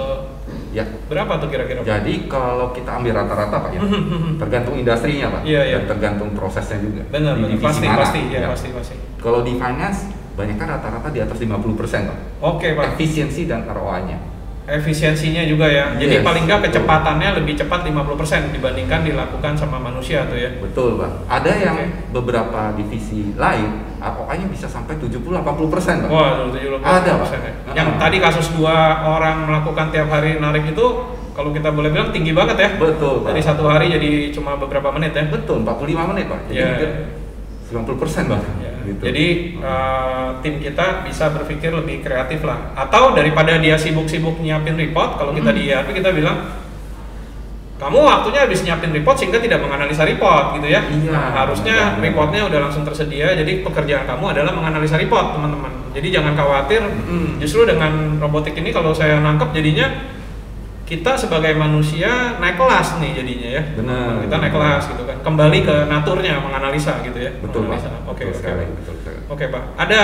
Speaker 3: Ya.
Speaker 2: berapa tuh kira-kira? Pak?
Speaker 3: Jadi kalau kita ambil rata-rata pak ya,
Speaker 2: Hmm,
Speaker 3: tergantung industrinya pak,
Speaker 2: Iya, iya.
Speaker 3: dan tergantung prosesnya juga.
Speaker 2: Benar,
Speaker 3: Di
Speaker 2: benar.
Speaker 3: divisi
Speaker 2: pasti,
Speaker 3: mana,
Speaker 2: pasti, ya,
Speaker 3: ya.
Speaker 2: pasti, pasti.
Speaker 3: Kalau di finance, banyaknya rata-rata di atas 50 pak.
Speaker 2: Oke Pak,
Speaker 3: Efisiensi dan ROA-nya.
Speaker 2: efisiensinya juga ya. Jadi
Speaker 3: Yes,
Speaker 2: paling nggak
Speaker 3: betul.
Speaker 2: kecepatannya lebih cepat 50% dibandingkan dilakukan sama manusia tuh ya.
Speaker 3: Betul pak. Ada yang
Speaker 2: Oke.
Speaker 3: beberapa divisi lain ROA-nya bisa sampai 70-80 pak.
Speaker 2: Wah, 70
Speaker 3: Ada, Pak.
Speaker 2: ya.
Speaker 3: Ah.
Speaker 2: Yang tadi kasus dua orang melakukan tiap hari narik itu kalau kita boleh bilang tinggi banget ya.
Speaker 3: Betul pak.
Speaker 2: Dari satu hari jadi cuma beberapa menit ya.
Speaker 3: Betul, 45 menit pak. Jadi
Speaker 2: Iya.
Speaker 3: hampir 90 pak.
Speaker 2: Ya.
Speaker 3: Gitu.
Speaker 2: Jadi eh, tim kita bisa berpikir lebih kreatif lah. Atau daripada dia sibuk-sibuk nyiapin report, kalau
Speaker 3: Hmm.
Speaker 2: kita di ERP kita bilang kamu waktunya habis nyiapin report sehingga tidak menganalisa report gitu ya.
Speaker 3: Iya,
Speaker 2: Nah, harusnya
Speaker 3: benar.
Speaker 2: reportnya udah langsung tersedia. Jadi pekerjaan kamu adalah menganalisa report teman-teman. Jadi jangan khawatir.
Speaker 3: Mm-mm.
Speaker 2: Justru dengan robotik ini kalau saya nangkep jadinya kita sebagai manusia naik kelas nih jadinya ya.
Speaker 3: Benar.
Speaker 2: Kita naik kelas gitu kan. Kembali ke naturnya menganalisa gitu ya.
Speaker 3: betul pak.
Speaker 2: Menganalisa. Oke,
Speaker 3: Betul
Speaker 2: oke.
Speaker 3: sekali. Betul sekali.
Speaker 2: Oke, Pak. Ada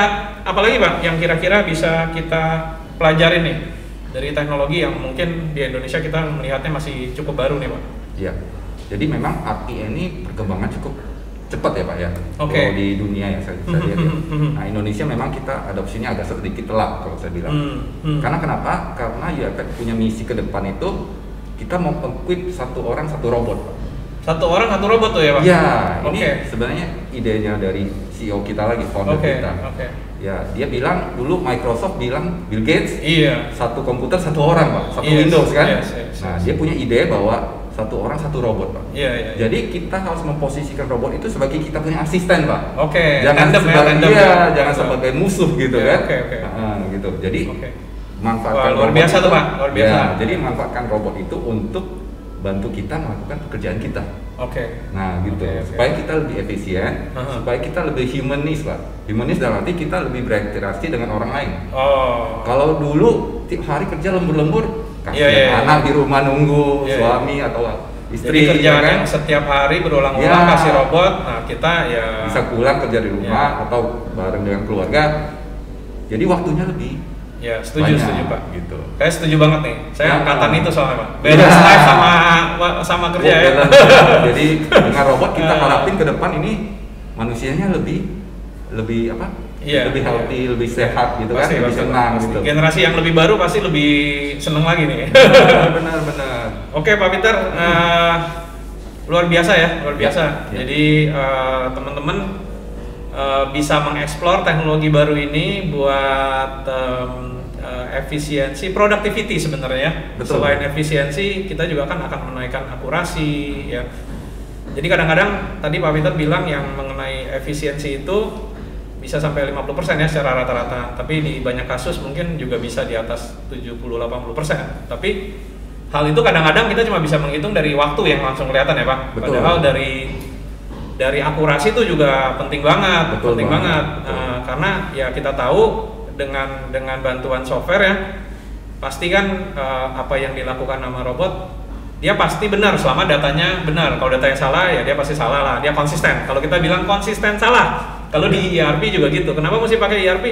Speaker 2: apa lagi, Pak, yang kira-kira bisa kita pelajarin nih dari teknologi yang mungkin di Indonesia kita melihatnya masih cukup baru nih, Pak?
Speaker 3: Iya. Jadi memang API ini perkembangan cukup cepat ya Pak ya.
Speaker 2: Oke.
Speaker 3: Kalau di dunia ya saya, saya lihat ya.
Speaker 2: Hmm, hmm, hmm.
Speaker 3: Nah Indonesia memang kita adopsinya agak sedikit telat kalau saya bilang.
Speaker 2: Hmm, hmm.
Speaker 3: Iya. Karena kenapa? Karena UFX punya misi ke depan itu kita mau equip satu orang satu robot. Pak.
Speaker 2: Satu orang satu robot tuh ya, Pak?
Speaker 3: Iya.
Speaker 2: Oke.
Speaker 3: Ini sebenarnya idenya dari CEO kita lagi, founder
Speaker 2: Oke,
Speaker 3: kita.
Speaker 2: oke.
Speaker 3: Ya dia bilang dulu Microsoft bilang Bill Gates
Speaker 2: Iya.
Speaker 3: satu komputer satu orang pak satu
Speaker 2: Yes,
Speaker 3: Windows kan
Speaker 2: yes, yes,
Speaker 3: nah
Speaker 2: yes.
Speaker 3: dia punya ide bahwa satu orang satu robot pak
Speaker 2: Iya, iya. iya.
Speaker 3: jadi kita harus memposisikan robot itu sebagai kita punya asisten pak
Speaker 2: Oke,
Speaker 3: jangan
Speaker 2: tandem ya,
Speaker 3: sebagai
Speaker 2: tandem
Speaker 3: iya,
Speaker 2: ya.
Speaker 3: jangan
Speaker 2: Tandem.
Speaker 3: sebagai musuh gitu
Speaker 2: Iya,
Speaker 3: kan
Speaker 2: oke, oke.
Speaker 3: Heeh, gitu jadi
Speaker 2: Oke.
Speaker 3: manfaatkan
Speaker 2: Wah, luar
Speaker 3: robot
Speaker 2: biasa
Speaker 3: itu-
Speaker 2: tuh, Pak, luar biasa.
Speaker 3: Ya, jadi manfaatkan robot itu untuk bantu kita melakukan pekerjaan kita
Speaker 2: Oke.
Speaker 3: nah gitu
Speaker 2: Oke, oke.
Speaker 3: supaya kita lebih efisien
Speaker 2: Aha.
Speaker 3: supaya kita lebih humanis pak humanis dalam arti kita lebih berinteraksi dengan orang lain
Speaker 2: Oh.
Speaker 3: kalau dulu tiap hari kerja lembur-lembur, kasihan
Speaker 2: Iya, iya, iya.
Speaker 3: anak di rumah
Speaker 2: Iya,
Speaker 3: nunggu
Speaker 2: iya.
Speaker 3: suami atau istri
Speaker 2: Jadi kerjaan
Speaker 3: ya kan?
Speaker 2: yang setiap hari berulang-ulang
Speaker 3: Ya.
Speaker 2: kasih robot, nah kita ya
Speaker 3: bisa pulang kerja di rumah
Speaker 2: Iya.
Speaker 3: atau bareng dengan keluarga. Jadi waktunya lebih
Speaker 2: ya setuju
Speaker 3: banyak,
Speaker 2: setuju Pak.
Speaker 3: gitu.
Speaker 2: Saya setuju banget nih. Saya
Speaker 3: Ya.
Speaker 2: angkatan itu soalnya Pak.
Speaker 3: Ya. gitu
Speaker 2: Beda life sama sama kerja ya.
Speaker 3: Oke, lah. Jadi dengan robot kita
Speaker 2: Iya.
Speaker 3: harapin ke depan ini manusianya lebih lebih apa?
Speaker 2: Iya,
Speaker 3: lebih
Speaker 2: iya.
Speaker 3: healthy, lebih sehat gitu
Speaker 2: Pasti,
Speaker 3: kan, lebih
Speaker 2: pasti,
Speaker 3: senang
Speaker 2: pasti.
Speaker 3: gitu.
Speaker 2: Generasi yang lebih baru pasti lebih seneng lagi nih.
Speaker 3: Benar-benar.
Speaker 2: Oke Pak Peter, eh, luar biasa ya, luar
Speaker 3: Ya,
Speaker 2: biasa.
Speaker 3: ya.
Speaker 2: Jadi eh, teman-teman eh, bisa mengeksplor teknologi baru ini buat em, eh, efisiensi, productivity sebenarnya. ya.
Speaker 3: Betul.
Speaker 2: Selain efisiensi, kita juga kan akan menaikkan akurasi ya. Jadi kadang-kadang tadi Pak Peter bilang yang mengenai efisiensi itu bisa sampai 50% ya secara rata-rata. Tapi di banyak kasus mungkin juga bisa di atas 70-80%. Tapi hal itu kadang-kadang kita cuma bisa menghitung dari waktu yang langsung kelihatan ya Pak.
Speaker 3: Betul.
Speaker 2: Padahal dari dari akurasi itu juga penting banget,
Speaker 3: Betul
Speaker 2: penting
Speaker 3: banget,
Speaker 2: banget.
Speaker 3: betul.
Speaker 2: Nah, karena ya kita tahu dengan dengan bantuan software ya pasti kan eh, apa yang dilakukan sama robot dia pasti benar selama datanya benar kalau datanya salah ya dia pasti salah lah dia konsisten kalau kita bilang konsisten salah kalau di ERP juga gitu kenapa mesti pakai ERP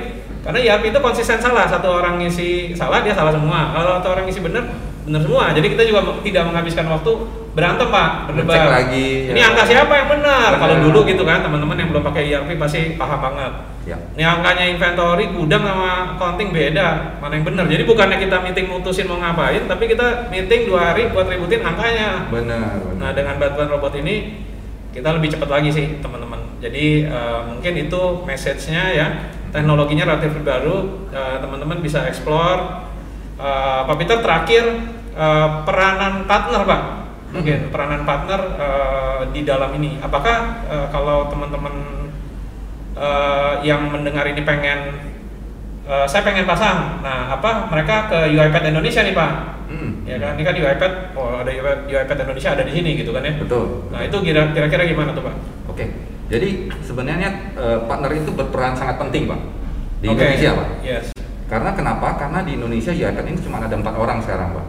Speaker 2: karena ERP itu konsisten salah satu orang ngisi salah dia salah semua kalau satu orang ngisi benar benar semua jadi kita juga me- tidak menghabiskan waktu berantem pak berdebat
Speaker 3: Ngecek lagi,
Speaker 2: ini
Speaker 3: ya.
Speaker 2: angka siapa yang benar kalau
Speaker 3: Benar.
Speaker 2: dulu gitu kan teman-teman yang belum pakai ERP pasti paham banget
Speaker 3: Ya.
Speaker 2: ini angkanya inventory, gudang sama accounting beda. Mana yang benar? Jadi bukannya kita meeting mutusin mau ngapain, tapi kita meeting dua hari buat ributin angkanya.
Speaker 3: Benar, benar.
Speaker 2: Nah, dengan bantuan robot ini kita lebih cepat lagi sih, teman-teman. Jadi eh, mungkin itu message-nya ya. teknologinya relatif baru, eh, teman-teman bisa explore. Eh, Pak Peter terakhir eh, peranan partner Pak, mungkin peranan partner eh, di dalam ini. Apakah eh, kalau teman-teman eh, yang mendengar ini pengen, eh, saya pengen pasang, nah apa mereka ke UiPath Indonesia nih Pak?
Speaker 3: Hmm.
Speaker 2: Ya kan, ini kan UiPath, oh ada UiPath UiPath Indonesia ada di sini gitu kan ya?
Speaker 3: Betul.
Speaker 2: Nah itu kira- kira-kira gimana tuh Pak?
Speaker 3: Oke, jadi sebenarnya eh, partner itu berperan sangat penting, Pak, di
Speaker 2: Oke.
Speaker 3: Indonesia, Pak.
Speaker 2: Yes.
Speaker 3: Karena kenapa? Karena di Indonesia UiPath ini cuma ada empat orang sekarang, Pak.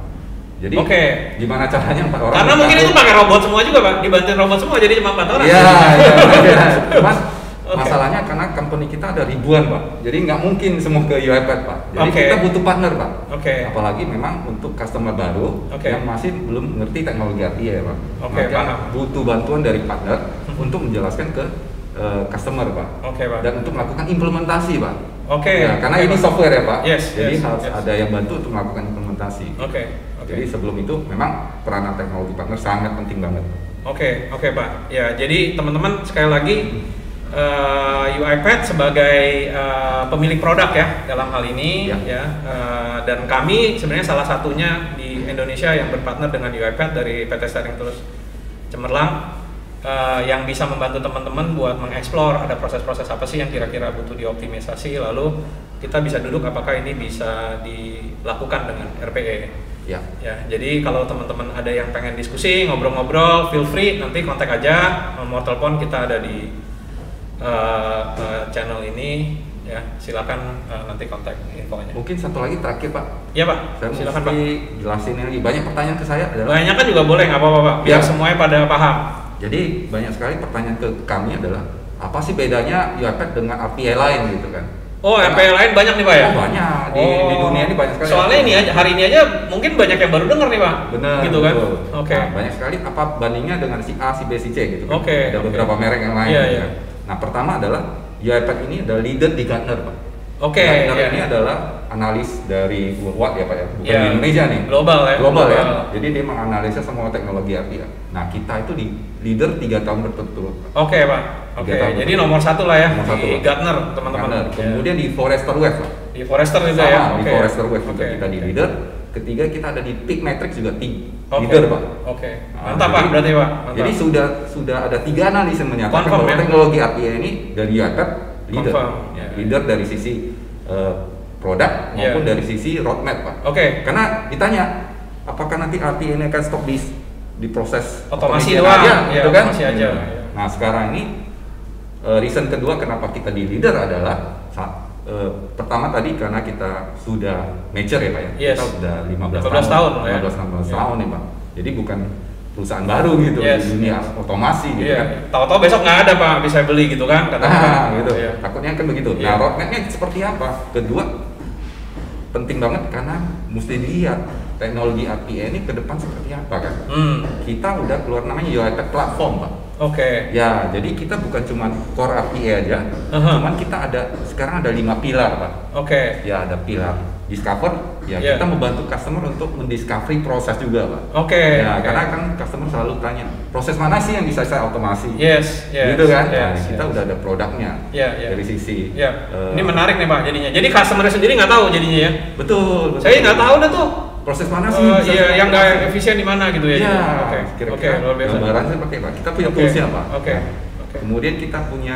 Speaker 3: Jadi
Speaker 2: Oke.
Speaker 3: gimana caranya empat orang?
Speaker 2: Karena mungkin itu
Speaker 3: bersatu?
Speaker 2: pakai robot semua juga pak, dibantuin robot semua jadi cuma empat orang.
Speaker 3: Iya, iya, iya. Mas,
Speaker 2: Oke.
Speaker 3: masalahnya karena company kita ada ribuan, Pak. Jadi nggak mungkin semua ke UiPath, Pak. Jadi
Speaker 2: Oke.
Speaker 3: kita butuh partner, Pak.
Speaker 2: Oke.
Speaker 3: Apalagi memang untuk customer baru
Speaker 2: Oke.
Speaker 3: yang masih belum ngerti teknologi RPA, ya, Pak.
Speaker 2: Oke,
Speaker 3: Maka
Speaker 2: paham.
Speaker 3: butuh bantuan dari partner untuk menjelaskan ke eh, customer, Pak.
Speaker 2: Oke pak.
Speaker 3: Dan untuk melakukan implementasi, Pak.
Speaker 2: Oke.
Speaker 3: Ya, karena
Speaker 2: Oke,
Speaker 3: ini
Speaker 2: Pak.
Speaker 3: software ya, Pak.
Speaker 2: Yes,
Speaker 3: Jadi
Speaker 2: yes,
Speaker 3: harus
Speaker 2: yes.
Speaker 3: ada yang bantu untuk melakukan implementasi.
Speaker 2: Oke. Oke.
Speaker 3: Jadi sebelum itu memang peranan teknologi partner sangat penting banget.
Speaker 2: Oke, oke Pak. Ya, jadi teman-teman sekali lagi eh, UiPath sebagai eh, pemilik produk ya dalam hal ini
Speaker 3: Ya.
Speaker 2: ya, eh, dan kami sebenarnya salah satunya di Indonesia yang berpartner dengan UiPath dari PT Staring Terus Cemerlang eh, yang bisa membantu teman-teman buat mengeksplor ada proses-proses apa sih yang kira-kira butuh dioptimisasi lalu kita bisa duduk apakah ini bisa dilakukan dengan RPE.
Speaker 3: Ya.
Speaker 2: Ya, jadi kalau teman-teman ada yang pengen diskusi, ngobrol-ngobrol, feel free nanti kontak aja nomor telepon kita ada di eh, eh, channel ini ya. Silakan eh, nanti kontak infonya.
Speaker 3: Mungkin satu lagi terakhir, Pak.
Speaker 2: Iya, Pak.
Speaker 3: Saya
Speaker 2: Silakan, Pak.
Speaker 3: mesti jelasin lagi banyak pertanyaan ke saya adalah
Speaker 2: Banyak kan juga boleh nggak apa-apa, Pak. Biar
Speaker 3: Ya.
Speaker 2: semuanya pada paham.
Speaker 3: jadi banyak sekali pertanyaan ke kami adalah apa sih bedanya UiPath dengan RPA lain gitu kan?
Speaker 2: Oh,
Speaker 3: Karena-
Speaker 2: RPA lain banyak nih, Pak ya?
Speaker 3: Oh, banyak di, di
Speaker 2: Oh.
Speaker 3: dunia ini banyak sekali.
Speaker 2: Soalnya ini aja hari ini aja mungkin banyak yang baru dengar nih, Pak.
Speaker 3: Benar.
Speaker 2: Gitu kan?
Speaker 3: betul.
Speaker 2: Oke.
Speaker 3: Nah, banyak sekali apa bandingnya dengan si A, si B, si C gitu kan.
Speaker 2: Oke,
Speaker 3: Ada
Speaker 2: oke.
Speaker 3: beberapa merek yang lain.
Speaker 2: Iya,
Speaker 3: gitu
Speaker 2: iya.
Speaker 3: kan. Nah, pertama adalah UiPath ini adalah leader di Gartner, Pak.
Speaker 2: Oke,
Speaker 3: Gartner
Speaker 2: iya.
Speaker 3: ini adalah analis dari worldwide ya, Pak ya. Bukan
Speaker 2: Iya.
Speaker 3: di Indonesia nih.
Speaker 2: Global ya,
Speaker 3: Global, ya.
Speaker 2: global.
Speaker 3: Jadi dia menganalisa semua teknologi RPA. Nah, kita itu di leader 3 tahun berturut-turut. Pak.
Speaker 2: Oke, Pak. Oke,
Speaker 3: Tiga tahun.
Speaker 2: jadi nomor satu lah ya
Speaker 3: Nomor satu,
Speaker 2: di
Speaker 3: Pak.
Speaker 2: Gartner, teman-teman.
Speaker 3: Gartner.
Speaker 2: Ya.
Speaker 3: Kemudian di Forrester Wave, Pak.
Speaker 2: di Forester juga
Speaker 3: Sama,
Speaker 2: ya.
Speaker 3: di
Speaker 2: Oke.
Speaker 3: Forrester Wave juga
Speaker 2: Oke,
Speaker 3: kita di
Speaker 2: oke.
Speaker 3: leader. Ketiga kita ada di Peak Matrix juga tinggi.
Speaker 2: Oke.
Speaker 3: Leader, Pak.
Speaker 2: Oke.
Speaker 3: Nah,
Speaker 2: Mantap
Speaker 3: jadi-
Speaker 2: Pak berarti Pak. Mantap.
Speaker 3: Jadi sudah sudah ada tiga analis yang menyatakan
Speaker 2: Confirm,
Speaker 3: bahwa
Speaker 2: ya?
Speaker 3: teknologi RPA ini dari UiPath leader,
Speaker 2: Confirm,
Speaker 3: Ya,
Speaker 2: ya.
Speaker 3: leader dari sisi eh, produk maupun
Speaker 2: Ya.
Speaker 3: dari sisi roadmap pak.
Speaker 2: Oke.
Speaker 3: Karena ditanya apakah nanti RPA ini akan stop di di proses
Speaker 2: Otomasi
Speaker 3: automation
Speaker 2: doang,
Speaker 3: aja,
Speaker 2: ya,
Speaker 3: gitu kan?
Speaker 2: otomasi aja,
Speaker 3: Nah,
Speaker 2: ya.
Speaker 3: Nah sekarang ini eh, reason kedua kenapa kita di leader adalah saat eh, pertama tadi karena kita sudah mature ya pak ya
Speaker 2: Yes.
Speaker 3: kita sudah 15,
Speaker 2: 15 tahun, ya.
Speaker 3: 15 16
Speaker 2: Ya.
Speaker 3: tahun nih pak jadi bukan perusahaan baru gitu
Speaker 2: Yes,
Speaker 3: di dunia
Speaker 2: yes.
Speaker 3: otomasi gitu
Speaker 2: Iya.
Speaker 3: kan
Speaker 2: Tahu-tahu besok nggak ada Pak bisa beli gitu kan? Kata
Speaker 3: nah gitu
Speaker 2: Iya.
Speaker 3: takutnya kan begitu
Speaker 2: Iya.
Speaker 3: nah roadmapnya seperti apa kedua penting banget karena mesti dilihat teknologi RPA ini ke depan seperti apa kan
Speaker 2: Hmm.
Speaker 3: kita udah keluar namanya UiPath platform pak
Speaker 2: Oke.
Speaker 3: ya jadi kita bukan cuma core RPA aja
Speaker 2: Aha.
Speaker 3: cuman kita ada sekarang ada lima pilar pak
Speaker 2: Oke.
Speaker 3: ya ada pilar discover ya
Speaker 2: Iya.
Speaker 3: kita membantu customer untuk mendiscovery proses juga pak
Speaker 2: Oke.
Speaker 3: ya,
Speaker 2: oke.
Speaker 3: karena kan customer selalu tanya proses mana sih yang bisa saya otomasi
Speaker 2: Yes, yes.
Speaker 3: gitu kan Nah,
Speaker 2: yes,
Speaker 3: kita
Speaker 2: yes.
Speaker 3: udah ada produknya
Speaker 2: Iya, iya.
Speaker 3: dari sisi
Speaker 2: Iya.
Speaker 3: eh,
Speaker 2: Ini menarik nih Pak jadinya. Jadi customer sendiri nggak tahu jadinya ya.
Speaker 3: betul, betul.
Speaker 2: Saya nggak tahu dah tuh.
Speaker 3: proses mana sih
Speaker 2: Eh,
Speaker 3: bisa
Speaker 2: iya,
Speaker 3: saya
Speaker 2: yang nggak
Speaker 3: otomasi?
Speaker 2: efisien di mana gitu ya?
Speaker 3: Iya,
Speaker 2: jadinya. Oke. Oke,
Speaker 3: kira-kira
Speaker 2: luar biasa.
Speaker 3: gambaran seperti apa kita punya
Speaker 2: Oke,
Speaker 3: toolsnya pak
Speaker 2: oke,
Speaker 3: Ya.
Speaker 2: oke.
Speaker 3: kemudian kita punya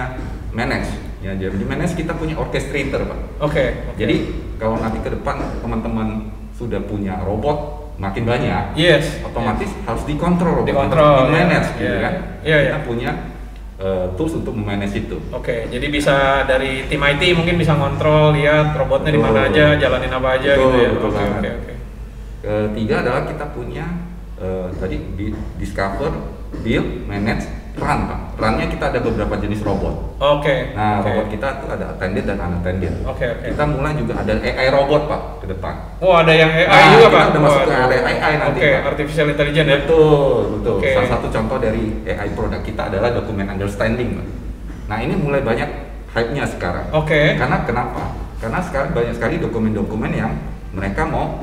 Speaker 3: manage ya jadi manage kita punya orchestrator pak
Speaker 2: Oke. oke.
Speaker 3: Jadi kalau nanti ke depan teman-teman sudah punya robot makin banyak,
Speaker 2: yes.
Speaker 3: otomatis harus dikontrol, robot,
Speaker 2: Dikontrol,
Speaker 3: di manage,
Speaker 2: ya.
Speaker 3: gitu
Speaker 2: Ya,
Speaker 3: kan?
Speaker 2: ya,
Speaker 3: Kita
Speaker 2: ya.
Speaker 3: punya eh, tools untuk memanage itu.
Speaker 2: Oke, jadi bisa dari tim IT mungkin bisa ngontrol, lihat robotnya di mana
Speaker 3: Betul.
Speaker 2: aja, jalanin apa aja
Speaker 3: Betul,
Speaker 2: gitu ya.
Speaker 3: betul
Speaker 2: Oke,
Speaker 3: banget.
Speaker 2: oke, oke.
Speaker 3: Ketiga adalah kita punya eh, tadi di- discover, build, manage, run, pak. Runnya kita ada beberapa jenis robot.
Speaker 2: Oke. oke.
Speaker 3: Nah, robot kita tuh ada attended dan unattended.
Speaker 2: Oke, oke.
Speaker 3: Kita mulai juga ada AI robot pak ke depan.
Speaker 2: Wah, ada yang AI
Speaker 3: Nah,
Speaker 2: juga,
Speaker 3: kita
Speaker 2: Pak.
Speaker 3: udah masuk ke
Speaker 2: Waduh.
Speaker 3: area AI nanti,
Speaker 2: Oke,
Speaker 3: Pak.
Speaker 2: artificial intelligence ya.
Speaker 3: Betul, betul.
Speaker 2: Oke.
Speaker 3: Salah satu contoh dari AI produk kita adalah dokumen understanding. Mbak. Nah ini mulai banyak hype-nya sekarang.
Speaker 2: Oke.
Speaker 3: Eh, Karena kenapa? Karena sekarang banyak sekali dokumen-dokumen yang mereka mau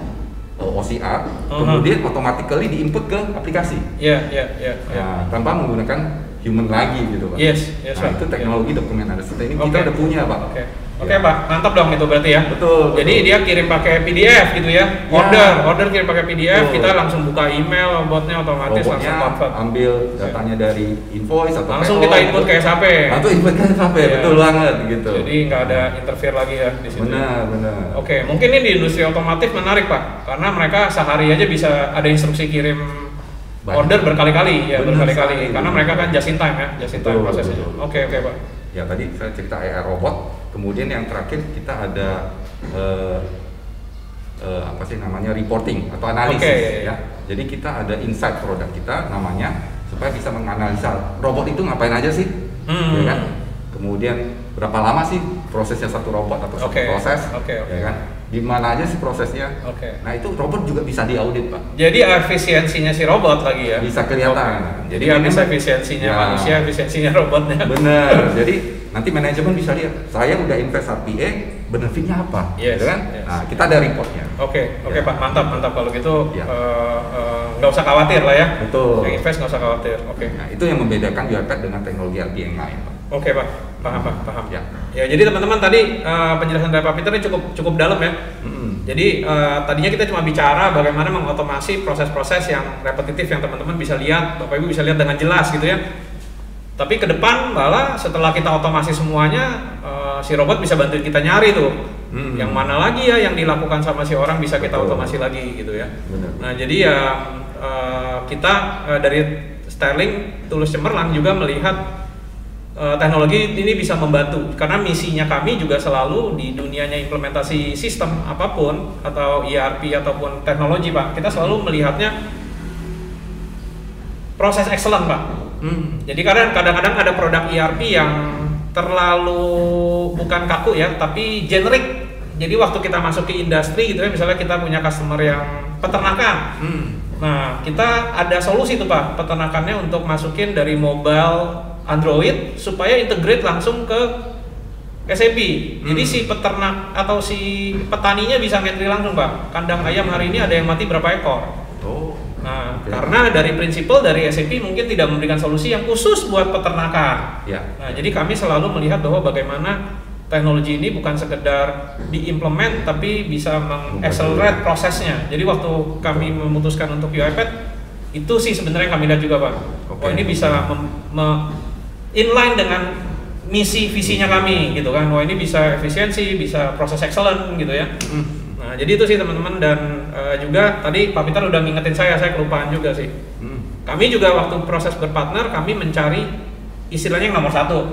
Speaker 3: eh, OCR,
Speaker 2: Uh-huh.
Speaker 3: kemudian automatically diinput ke aplikasi.
Speaker 2: Iya, iya, iya. iya.
Speaker 3: Nah, tanpa menggunakan human lagi gitu pak.
Speaker 2: Yes, yes,
Speaker 3: nah,
Speaker 2: Pak.
Speaker 3: itu teknologi dokumen analysis ini kita
Speaker 2: Oke.
Speaker 3: udah punya pak.
Speaker 2: Oke.
Speaker 3: Ya.
Speaker 2: Oke, Pak. Mantap dong itu berarti ya.
Speaker 3: Betul,
Speaker 2: Jadi
Speaker 3: betul.
Speaker 2: dia kirim pakai PDF gitu ya.
Speaker 3: Ya.
Speaker 2: Order, order kirim pakai PDF,
Speaker 3: Betul.
Speaker 2: kita langsung buka email, botnya otomatis
Speaker 3: Robotnya
Speaker 2: langsung pop up.
Speaker 3: ambil datanya dari invoice atau
Speaker 2: Langsung
Speaker 3: PO,
Speaker 2: kita input
Speaker 3: gitu.
Speaker 2: ke SAP.
Speaker 3: Langsung input ke SAP,
Speaker 2: Iya.
Speaker 3: betul banget gitu.
Speaker 2: Jadi nggak ada interfere lagi ya di situ.
Speaker 3: benar benar.
Speaker 2: Oke, mungkin ini di industri otomotif menarik Pak, karena mereka sehari aja bisa ada instruksi kirim
Speaker 3: Banyak.
Speaker 2: order berkali-kali ya
Speaker 3: Benar
Speaker 2: berkali-kali
Speaker 3: sekali.
Speaker 2: karena mereka kan just in time ya just in time
Speaker 3: Betul,
Speaker 2: prosesnya.
Speaker 3: betul.
Speaker 2: Oke oke Pak.
Speaker 3: Ya tadi saya cerita AI robot, kemudian yang terakhir kita ada eh, eh, apa sih namanya reporting atau analisis
Speaker 2: Oke. iya,
Speaker 3: ya. Jadi kita ada insight produk kita namanya supaya bisa menganalisa robot itu ngapain aja sih,
Speaker 2: Hmm.
Speaker 3: ya kan? Kemudian berapa lama sih prosesnya satu robot atau satu
Speaker 2: Oke,
Speaker 3: proses,
Speaker 2: oke, oke.
Speaker 3: ya kan? Di mana aja sih prosesnya?
Speaker 2: Oke.
Speaker 3: Nah itu robot juga bisa diaudit pak.
Speaker 2: Jadi efisiensinya si robot lagi ya.
Speaker 3: Bisa kelihatan.
Speaker 2: Oke. Jadi
Speaker 3: Iya. Jadi
Speaker 2: habis
Speaker 3: memang-
Speaker 2: efisiensinya
Speaker 3: Ya.
Speaker 2: manusia, efisiensinya robotnya.
Speaker 3: Bener. Jadi nanti manajemen bisa lihat saya udah invest RPA, benefitnya apa,
Speaker 2: Yes,
Speaker 3: gitu kan?
Speaker 2: yes.
Speaker 3: Nah, kita ada reportnya.
Speaker 2: Oke, oke
Speaker 3: Ya.
Speaker 2: Pak, mantap, mantap kalau gitu eh
Speaker 3: Ya.
Speaker 2: eh, nggak usah khawatir lah ya.
Speaker 3: Betul.
Speaker 2: Yang invest nggak usah khawatir. Oke,
Speaker 3: Nah, itu yang membedakan UiPath dengan teknologi RPA yang lain, Pak.
Speaker 2: oke Pak, paham Pak, paham.
Speaker 3: Ya.
Speaker 2: Ya, jadi teman-teman tadi eh, penjelasan dari Pak Peter ini cukup cukup dalam ya.
Speaker 3: Mm-mm.
Speaker 2: Jadi eh, tadinya kita cuma bicara bagaimana mengotomasi proses-proses yang repetitif yang teman-teman bisa lihat, Bapak Ibu bisa lihat dengan jelas gitu ya. Tapi ke depan malah setelah kita otomasi semuanya, eh, si robot bisa bantuin kita nyari tuh.
Speaker 3: Hmm.
Speaker 2: Yang mana lagi ya yang dilakukan sama si orang bisa kita
Speaker 3: Betul.
Speaker 2: otomasi lagi gitu ya.
Speaker 3: Benar.
Speaker 2: Nah jadi ya eh, kita eh, dari Sterling Tulus Cemerlang juga melihat eh, teknologi ini bisa membantu karena misinya kami juga selalu di dunianya implementasi sistem apapun atau ERP ataupun teknologi pak kita selalu melihatnya proses excellent pak
Speaker 3: Hmm.
Speaker 2: jadi kadang- kadang-kadang ada produk ERP yang terlalu bukan kaku ya, tapi generik. Jadi waktu kita masuk ke industri gitu ya, misalnya kita punya customer yang peternakan.
Speaker 3: Hmm.
Speaker 2: Nah, kita ada solusi tuh Pak, peternakannya untuk masukin dari mobile Android supaya integrate langsung ke SAP. Jadi
Speaker 3: Hmm.
Speaker 2: si peternak atau si petaninya bisa ngentri langsung Pak. Kandang ayam hari ini ada yang mati berapa ekor?
Speaker 3: Oh.
Speaker 2: Nah,
Speaker 3: Oke.
Speaker 2: karena dari prinsipal dari SAP mungkin tidak memberikan solusi yang khusus buat peternakan.
Speaker 3: ya.
Speaker 2: Nah, jadi kami selalu melihat bahwa bagaimana teknologi ini bukan sekedar diimplement tapi bisa
Speaker 3: ya.
Speaker 2: mengaccelerate prosesnya. Jadi waktu kami memutuskan untuk UiPath itu sih sebenarnya yang kami lihat juga, Pak.
Speaker 3: Oke.
Speaker 2: Wah, ini bisa mem- me- inline dengan misi
Speaker 3: Hmm.
Speaker 2: visinya kami gitu kan. Wah, ini bisa efisiensi, bisa proses excellent gitu ya.
Speaker 3: Hmm.
Speaker 2: Nah, jadi itu sih teman-teman dan eh, juga tadi Pak Peter udah ngingetin saya, saya kelupaan juga sih.
Speaker 3: Hmm.
Speaker 2: Kami juga waktu proses berpartner, kami mencari istilahnya yang nomor satu,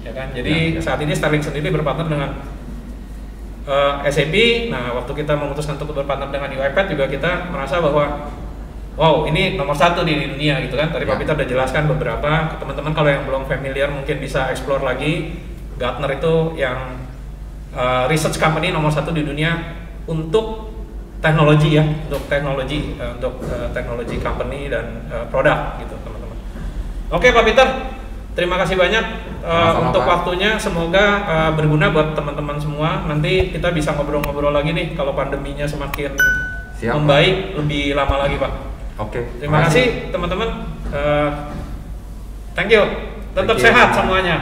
Speaker 2: ya kan. Jadi
Speaker 3: Ya, ya.
Speaker 2: saat ini Starlink sendiri berpartner dengan eh, SAP. Nah, waktu kita memutuskan untuk berpartner dengan UiPath juga kita merasa bahwa wow ini nomor satu nih di dunia gitu kan. Tadi Pak
Speaker 3: Ya.
Speaker 2: Peter udah jelaskan beberapa. Teman-teman kalau yang belum familiar mungkin bisa explore lagi. Gartner itu yang eh, research company nomor satu di dunia untuk teknologi ya, untuk teknologi, eh, untuk eh, teknologi company dan eh, produk gitu teman-teman. Oke Pak Peter, terima kasih banyak eh,
Speaker 3: Sama-sama,
Speaker 2: untuk
Speaker 3: Pak.
Speaker 2: waktunya. Semoga eh, berguna buat teman-teman semua. Nanti kita bisa ngobrol-ngobrol lagi nih kalau pandeminya semakin
Speaker 3: Siap, Pak.
Speaker 2: membaik lebih lama lagi Pak.
Speaker 3: Oke.
Speaker 2: Terima kasih teman-teman. Eh, thank you. Tetap
Speaker 3: Thank you.
Speaker 2: sehat semuanya.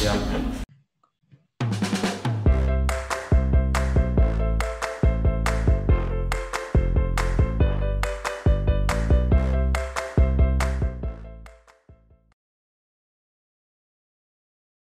Speaker 3: Ya.